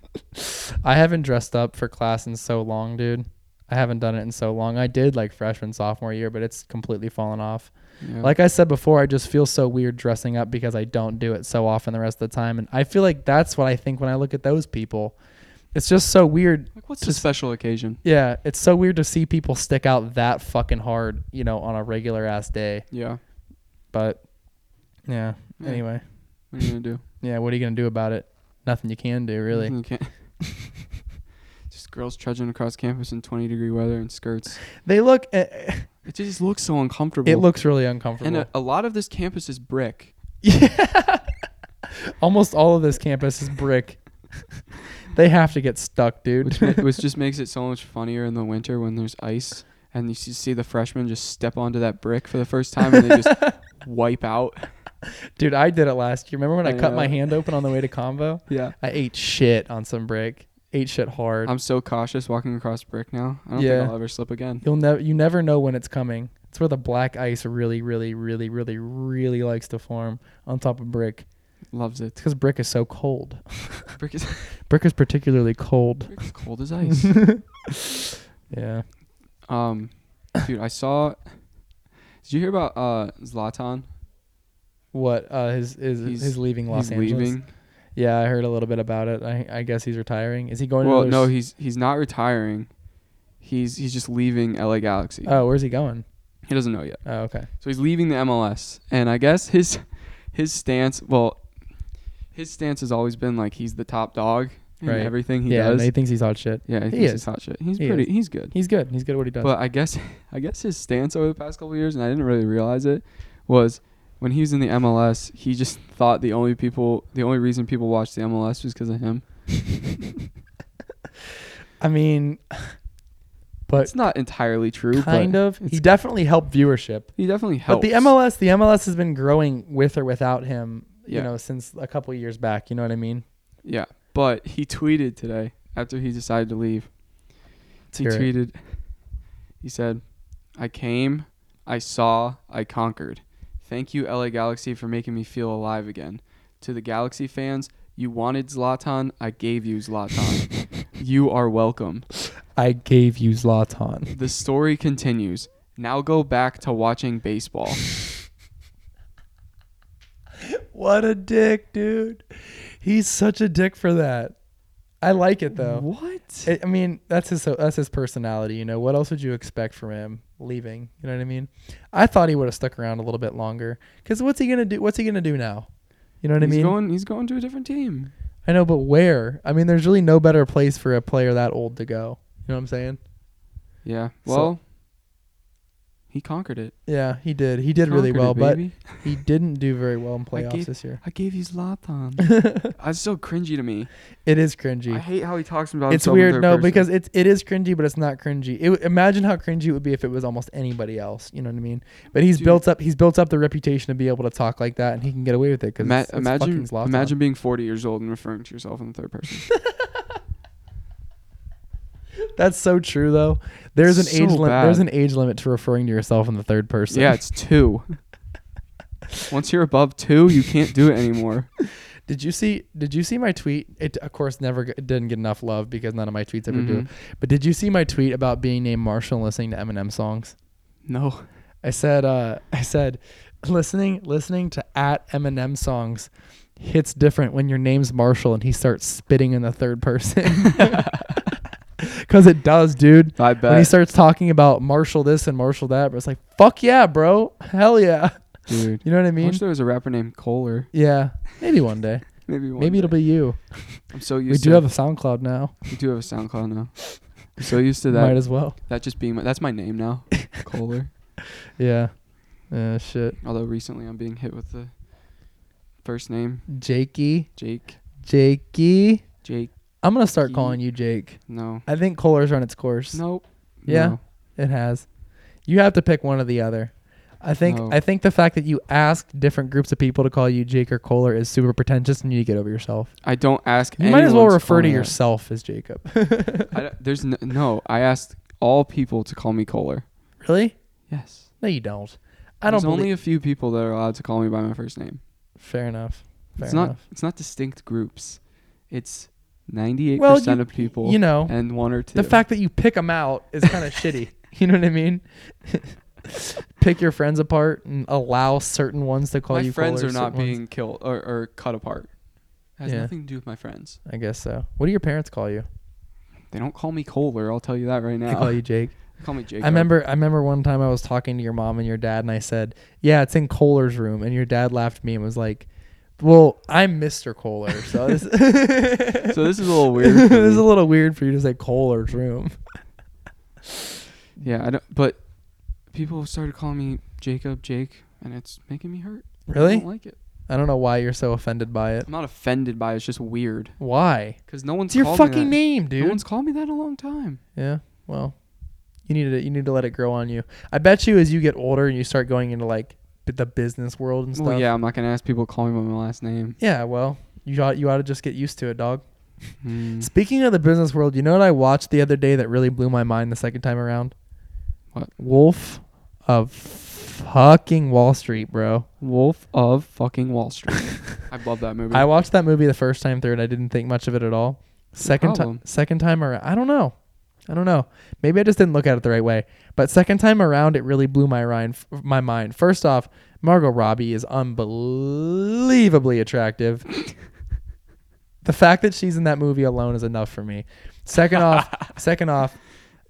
[SPEAKER 2] i haven't dressed up for class in so long dude i haven't done it in so long i did like freshman sophomore year but it's completely fallen off
[SPEAKER 1] Yeah.
[SPEAKER 2] Like I said before, I just feel so weird dressing up because I don't do it so often the rest of the time. And I feel like that's what I think when I look at those people. It's just so weird.
[SPEAKER 1] Like, what's a special occasion?
[SPEAKER 2] Yeah, it's so weird to see people stick out that fucking hard, you know, on a regular ass day.
[SPEAKER 1] Yeah.
[SPEAKER 2] But yeah,
[SPEAKER 1] Yeah.
[SPEAKER 2] anyway.
[SPEAKER 1] What are you gonna do?
[SPEAKER 2] Yeah, what are you going to do about it? Nothing you can do, really.
[SPEAKER 1] You can't. just girls trudging across campus in 20 degree weather and skirts.
[SPEAKER 2] They look eh, eh,
[SPEAKER 1] It just looks so uncomfortable.
[SPEAKER 2] it looks really
[SPEAKER 1] And uh,
[SPEAKER 2] uncomfortable.
[SPEAKER 1] a, a lot of this campus is brick.
[SPEAKER 2] Yeah. Almost all of this campus is brick. they have to get stuck, dude.
[SPEAKER 1] which, ma- which just makes it so much funnier in the winter when there's ice and you s- see the freshmen just step onto that brick for the first time and they just wipe out.
[SPEAKER 2] Dude, I did it last year. Remember when I,
[SPEAKER 1] I
[SPEAKER 2] cut my
[SPEAKER 1] know.
[SPEAKER 2] hand open on the way to Convo?
[SPEAKER 1] Yeah.
[SPEAKER 2] I ate shit on some brick. Ate shit hard.
[SPEAKER 1] I'm so cautious walking across brick now. I don't
[SPEAKER 2] Yeah.
[SPEAKER 1] think I'll ever slip again.
[SPEAKER 2] You'll never you never know when it's coming. It's where the black ice really, really, really, really, really likes to form on top of brick.
[SPEAKER 1] Loves
[SPEAKER 2] It's
[SPEAKER 1] it.
[SPEAKER 2] because brick is so cold.
[SPEAKER 1] Brick is,
[SPEAKER 2] Brick is particularly cold.
[SPEAKER 1] brick is cold as ice.
[SPEAKER 2] Yeah.
[SPEAKER 1] um, dude, I saw. Did you hear about uh, Zlatan?
[SPEAKER 2] What? Uh, his is
[SPEAKER 1] He's-
[SPEAKER 2] his leaving Los
[SPEAKER 1] he's
[SPEAKER 2] Angeles.
[SPEAKER 1] leaving.
[SPEAKER 2] Yeah, I heard a little bit about it. I I guess he's retiring. Is he going?
[SPEAKER 1] Well,
[SPEAKER 2] to
[SPEAKER 1] no,
[SPEAKER 2] another s-
[SPEAKER 1] he's he's not retiring. He's he's just leaving LA Galaxy.
[SPEAKER 2] Oh, where's he going?
[SPEAKER 1] He doesn't know yet.
[SPEAKER 2] Oh, okay.
[SPEAKER 1] So he's leaving the MLS, and I guess his his stance, well, his stance has always been like he's the top dog in
[SPEAKER 2] Right.
[SPEAKER 1] everything he
[SPEAKER 2] yeah, and
[SPEAKER 1] does.
[SPEAKER 2] he thinks he's hot shit.
[SPEAKER 1] yeah, he
[SPEAKER 2] he
[SPEAKER 1] thinks
[SPEAKER 2] is.
[SPEAKER 1] he's hot shit. He's
[SPEAKER 2] He
[SPEAKER 1] pretty.
[SPEAKER 2] is.
[SPEAKER 1] He's good.
[SPEAKER 2] He's good. He's good at what he does.
[SPEAKER 1] But I guess I guess his stance over the past couple of years, and I didn't really realize it, was when he was in the MLS, he just thought the only people, the only reason people watched the MLS was because of him.
[SPEAKER 2] I mean, but
[SPEAKER 1] It's not entirely true,
[SPEAKER 2] kind
[SPEAKER 1] but
[SPEAKER 2] of. He
[SPEAKER 1] it's-
[SPEAKER 2] definitely helped viewership.
[SPEAKER 1] he definitely helped.
[SPEAKER 2] But the MLS, the MLS has been growing with or without him,
[SPEAKER 1] Yeah.
[SPEAKER 2] you know, since a couple years back. You know what I mean?
[SPEAKER 1] Yeah, but he tweeted today after he decided to leave. He
[SPEAKER 2] hear it.
[SPEAKER 1] tweeted, he said, I came, I saw, I conquered. Thank you, LA Galaxy, for making me feel alive again. To the Galaxy fans, you wanted Zlatan, I gave you Zlatan. you are welcome.
[SPEAKER 2] I gave you Zlatan.
[SPEAKER 1] The story continues. Now go back to watching baseball.
[SPEAKER 2] What a dick, dude. He's such a dick for that. I like it though.
[SPEAKER 1] What?
[SPEAKER 2] I I mean, that's his that's his personality. You know, what else would you expect from him leaving? You know what I mean? I thought he would have stuck around a little bit longer. Cause what's he gonna do? What's he gonna do now? You know what I
[SPEAKER 1] he's
[SPEAKER 2] mean?
[SPEAKER 1] going he's going to a different team.
[SPEAKER 2] I know, but where? I mean, there's really no better place for a player that old to go. You know what I'm saying?
[SPEAKER 1] Yeah.
[SPEAKER 2] So-
[SPEAKER 1] Well, he conquered it.
[SPEAKER 2] Yeah, he did. He did really
[SPEAKER 1] Conquered it,
[SPEAKER 2] well, but
[SPEAKER 1] baby.
[SPEAKER 2] he didn't do very well in
[SPEAKER 1] I
[SPEAKER 2] playoffs
[SPEAKER 1] gave-
[SPEAKER 2] this year.
[SPEAKER 1] I gave you Zlatan.
[SPEAKER 2] it
[SPEAKER 1] That's so cringy to me.
[SPEAKER 2] is
[SPEAKER 1] I
[SPEAKER 2] cringy.
[SPEAKER 1] hate how he talks about
[SPEAKER 2] It's
[SPEAKER 1] himself in
[SPEAKER 2] weird,
[SPEAKER 1] third
[SPEAKER 2] no,
[SPEAKER 1] person.
[SPEAKER 2] because it's it is cringy, but it's not cringy. It, w- imagine how cringy it would be if it was almost anybody else. You know what I mean? But he's
[SPEAKER 1] Dude.
[SPEAKER 2] built up he's built up the reputation to be able to talk like that, and he can get away with it because
[SPEAKER 1] Ima-
[SPEAKER 2] it's, it's
[SPEAKER 1] imagine
[SPEAKER 2] fucking Zlatan.
[SPEAKER 1] imagine being 40 years old and referring to yourself in the third person.
[SPEAKER 2] That's so true, though. There's an
[SPEAKER 1] So
[SPEAKER 2] age lim-
[SPEAKER 1] bad.
[SPEAKER 2] there's an age limit to referring to yourself in the third person.
[SPEAKER 1] yeah, it's two. Once you're above two, you can't do it anymore.
[SPEAKER 2] Did you see? Did you see my tweet? It of course never g- it didn't get enough love because none of my tweets ever do.
[SPEAKER 1] Mhm.
[SPEAKER 2] But did you see my tweet about being named Marshall and listening to Eminem songs?
[SPEAKER 1] No.
[SPEAKER 2] I said, uh, I said, listening listening to at Eminem songs hits different when your name's Marshall and he starts spitting in the third person. Cause it does, dude.
[SPEAKER 1] I
[SPEAKER 2] When he
[SPEAKER 1] bet.
[SPEAKER 2] starts talking about Marshall this and Marshall that, but it's like, fuck yeah, bro, hell yeah.
[SPEAKER 1] Dude.
[SPEAKER 2] You know what I
[SPEAKER 1] I
[SPEAKER 2] mean?
[SPEAKER 1] wish there was a rapper named Kohler.
[SPEAKER 2] Yeah, maybe one day.
[SPEAKER 1] Maybe one
[SPEAKER 2] Maybe it'll be you.
[SPEAKER 1] I'm so
[SPEAKER 2] We
[SPEAKER 1] used.
[SPEAKER 2] do
[SPEAKER 1] to,
[SPEAKER 2] have a SoundCloud now.
[SPEAKER 1] we do have a SoundCloud now. I'm so used to
[SPEAKER 2] Might
[SPEAKER 1] that.
[SPEAKER 2] as well.
[SPEAKER 1] That just being my, that's my name now, Kohler.
[SPEAKER 2] Yeah. Uh, shit.
[SPEAKER 1] Although recently I'm being hit with the first name
[SPEAKER 2] Jakey.
[SPEAKER 1] Jake.
[SPEAKER 2] Jakey.
[SPEAKER 1] Jake.
[SPEAKER 2] I'm gonna start
[SPEAKER 1] Jakey.
[SPEAKER 2] calling you Jake.
[SPEAKER 1] No.
[SPEAKER 2] I think Kohler's run its course.
[SPEAKER 1] Nope.
[SPEAKER 2] Yeah.
[SPEAKER 1] No.
[SPEAKER 2] It has. You have to pick one or the other. I think
[SPEAKER 1] No.
[SPEAKER 2] I think the fact that you asked different groups of people to call you Jake or Kohler is super pretentious, and you need to get over yourself.
[SPEAKER 1] I don't ask.
[SPEAKER 2] You might as well
[SPEAKER 1] anyone
[SPEAKER 2] refer
[SPEAKER 1] call
[SPEAKER 2] to
[SPEAKER 1] me that.
[SPEAKER 2] yourself as Jacob.
[SPEAKER 1] I don't- there's no, no. I asked all people to call me Kohler.
[SPEAKER 2] really?
[SPEAKER 1] Yes.
[SPEAKER 2] No, you don't. I
[SPEAKER 1] There's
[SPEAKER 2] don't believe.
[SPEAKER 1] only a few people that are allowed to call me by my first name.
[SPEAKER 2] Fair enough. Fair
[SPEAKER 1] it's
[SPEAKER 2] enough.
[SPEAKER 1] not. It's not distinct groups. It's 98
[SPEAKER 2] Well,
[SPEAKER 1] percent
[SPEAKER 2] you-
[SPEAKER 1] of people.
[SPEAKER 2] you know,
[SPEAKER 1] and one or two.
[SPEAKER 2] the fact that you pick them out is kind of shitty. You know what I mean? pick your friends apart and allow certain ones to call
[SPEAKER 1] my
[SPEAKER 2] you.
[SPEAKER 1] friends
[SPEAKER 2] Kohler,
[SPEAKER 1] are not
[SPEAKER 2] certain ones-
[SPEAKER 1] being killed or, or cut apart. It has
[SPEAKER 2] Yeah.
[SPEAKER 1] nothing to do with my friends.
[SPEAKER 2] I guess so. What do your parents call you?
[SPEAKER 1] They don't call me Kohler. I'll tell you that right now.
[SPEAKER 2] They call you Jake.
[SPEAKER 1] They call me Jacob.
[SPEAKER 2] I remember. I remember one time I was talking to your mom and your dad, and I said, "Yeah, it's in Kohler's room," and your dad laughed at me and was like. Well, I'm Mr. Kohler, so this,
[SPEAKER 1] So this is a little weird.
[SPEAKER 2] this
[SPEAKER 1] for
[SPEAKER 2] is
[SPEAKER 1] me.
[SPEAKER 2] a little weird for you to say Kohler's room.
[SPEAKER 1] yeah, I don't. But people have started calling me Jacob, Jake, and it's making me hurt. I
[SPEAKER 2] Really?
[SPEAKER 1] don't like it.
[SPEAKER 2] I don't know why you're so offended by it.
[SPEAKER 1] I'm not offended by it. It's just weird.
[SPEAKER 2] Why?
[SPEAKER 1] Cause no one's
[SPEAKER 2] It's your
[SPEAKER 1] called
[SPEAKER 2] fucking
[SPEAKER 1] me
[SPEAKER 2] name,
[SPEAKER 1] that.
[SPEAKER 2] dude.
[SPEAKER 1] No one's called me that in a long time.
[SPEAKER 2] Yeah. Well, you need to you need to let it grow on you. I bet you as you get older and you start going into like b- the business world and stuff.
[SPEAKER 1] Well, yeah, I'm not gonna ask people to call me by my last name.
[SPEAKER 2] Yeah. Well, you ought you ought to just get used to it, dog.
[SPEAKER 1] Hmm.
[SPEAKER 2] Speaking of the business world, you know what I watched the other day that really blew my mind the second time around?
[SPEAKER 1] What?
[SPEAKER 2] Wolf of fucking Wall Street, bro.
[SPEAKER 1] Wolf of fucking Wall Street. I love that movie.
[SPEAKER 2] I watched that movie the first time through and I didn't think much of it at all. Second
[SPEAKER 1] problem?
[SPEAKER 2] time second time around I don't know. I don't know. Maybe I just didn't look at it the right way. But second time around it really blew my rind, my mind. First off, Margot Robbie is unbelievably attractive. the fact that she's in that movie alone is enough for me. Second off, second off,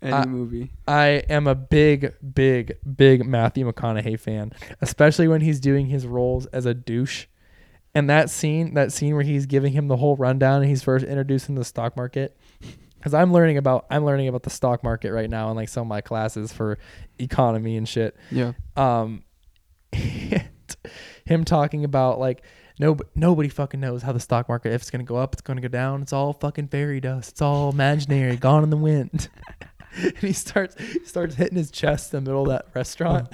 [SPEAKER 1] Any
[SPEAKER 2] I-
[SPEAKER 1] movie.
[SPEAKER 2] I am a big, big, big Matthew McConaughey fan, especially when he's doing his roles as a douche. And that scene, that scene where he's giving him the whole rundown and he's first introducing the stock market. Because I'm learning about I'm learning about the stock market right now in like some of my classes for economy and shit
[SPEAKER 1] Yeah.
[SPEAKER 2] um and him talking about like no nobody fucking knows how the stock market if it's going to go up it's going to go down it's all fucking fairy dust it's all imaginary gone in the wind and he starts he starts hitting his chest in the middle of that restaurant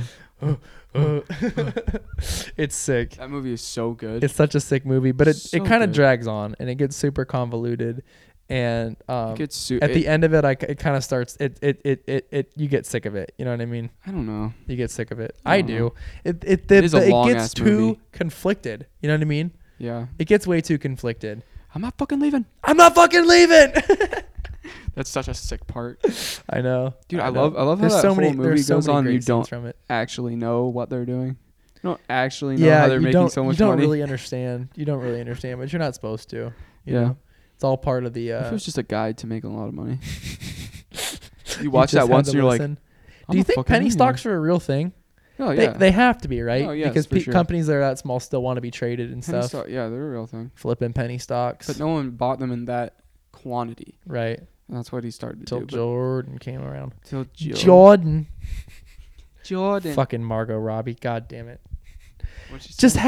[SPEAKER 2] it's sick
[SPEAKER 1] That movie is so good.
[SPEAKER 2] it's such a sick movie but it,
[SPEAKER 1] So
[SPEAKER 2] it kind of
[SPEAKER 1] good.
[SPEAKER 2] um, uh,
[SPEAKER 1] Oh, Hmm. Rev-
[SPEAKER 2] uh, Um, uh,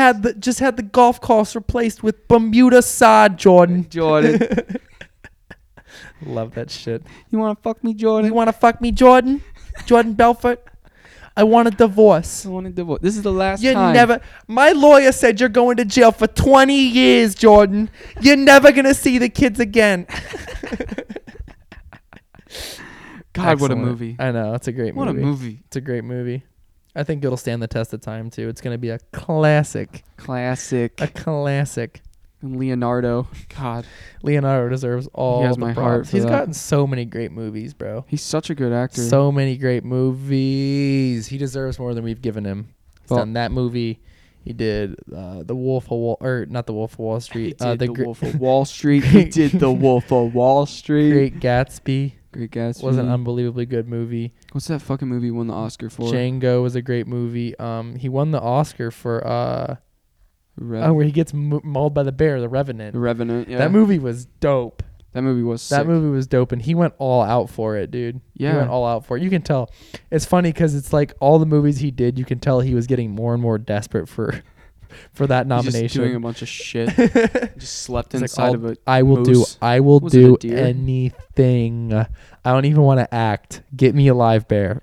[SPEAKER 2] Oh, where he gets mu- mauled by the bear, the Revenant.
[SPEAKER 1] Revenant. Yeah.
[SPEAKER 2] That movie was dope.
[SPEAKER 1] That movie was
[SPEAKER 2] That
[SPEAKER 1] sick.
[SPEAKER 2] movie was dope, and he went all out for it, dude.
[SPEAKER 1] Yeah.
[SPEAKER 2] he went all out for it. You can tell. It's funny because it's like all the movies he did, you can tell he was getting more and more desperate for, for that
[SPEAKER 1] He's
[SPEAKER 2] nomination.
[SPEAKER 1] Just doing a bunch of shit. just slept
[SPEAKER 2] It's like,
[SPEAKER 1] inside
[SPEAKER 2] I'll-
[SPEAKER 1] of it.
[SPEAKER 2] I will
[SPEAKER 1] Moose.
[SPEAKER 2] do. I will
[SPEAKER 1] Was it a
[SPEAKER 2] do
[SPEAKER 1] deer?
[SPEAKER 2] anything. I don't even want to act. Get me a live bear.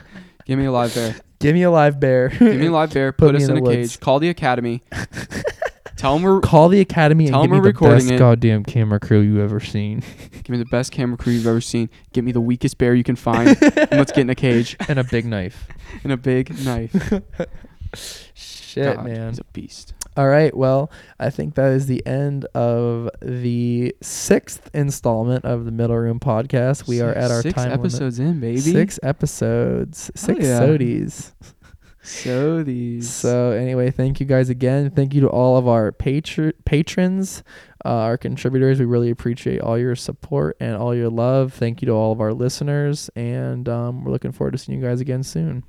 [SPEAKER 1] Give me a live bear.
[SPEAKER 2] Give me a live bear.
[SPEAKER 1] Give me a live bear. Put,
[SPEAKER 2] Put me
[SPEAKER 1] us in,
[SPEAKER 2] in
[SPEAKER 1] a
[SPEAKER 2] the woods.
[SPEAKER 1] cage. Call the academy. Tell them we're
[SPEAKER 2] Call the academy
[SPEAKER 1] Tell
[SPEAKER 2] and
[SPEAKER 1] them
[SPEAKER 2] give me
[SPEAKER 1] we're
[SPEAKER 2] the
[SPEAKER 1] recording
[SPEAKER 2] best
[SPEAKER 1] it.
[SPEAKER 2] goddamn camera crew you ever seen,
[SPEAKER 1] give me the best camera crew you've ever seen. Get me the weakest bear you can find. and let's get in a cage
[SPEAKER 3] and a big knife.
[SPEAKER 1] and a big knife.
[SPEAKER 2] Shit,
[SPEAKER 1] God,
[SPEAKER 2] man.
[SPEAKER 1] he's a beast.
[SPEAKER 2] All right. Well, I think that is the end of the sixth installment of the Middle Room podcast. We are at our
[SPEAKER 1] six
[SPEAKER 2] time limit.
[SPEAKER 1] episodes in, baby.
[SPEAKER 2] Six episodes, six
[SPEAKER 1] yeah.
[SPEAKER 2] sodies.
[SPEAKER 1] So these.
[SPEAKER 2] So anyway, thank you guys again. Thank you to all of our patr- patrons, uh, our contributors. We really appreciate all your support and all your love. Thank you to all of our listeners, and um, we're looking forward to seeing you guys again soon.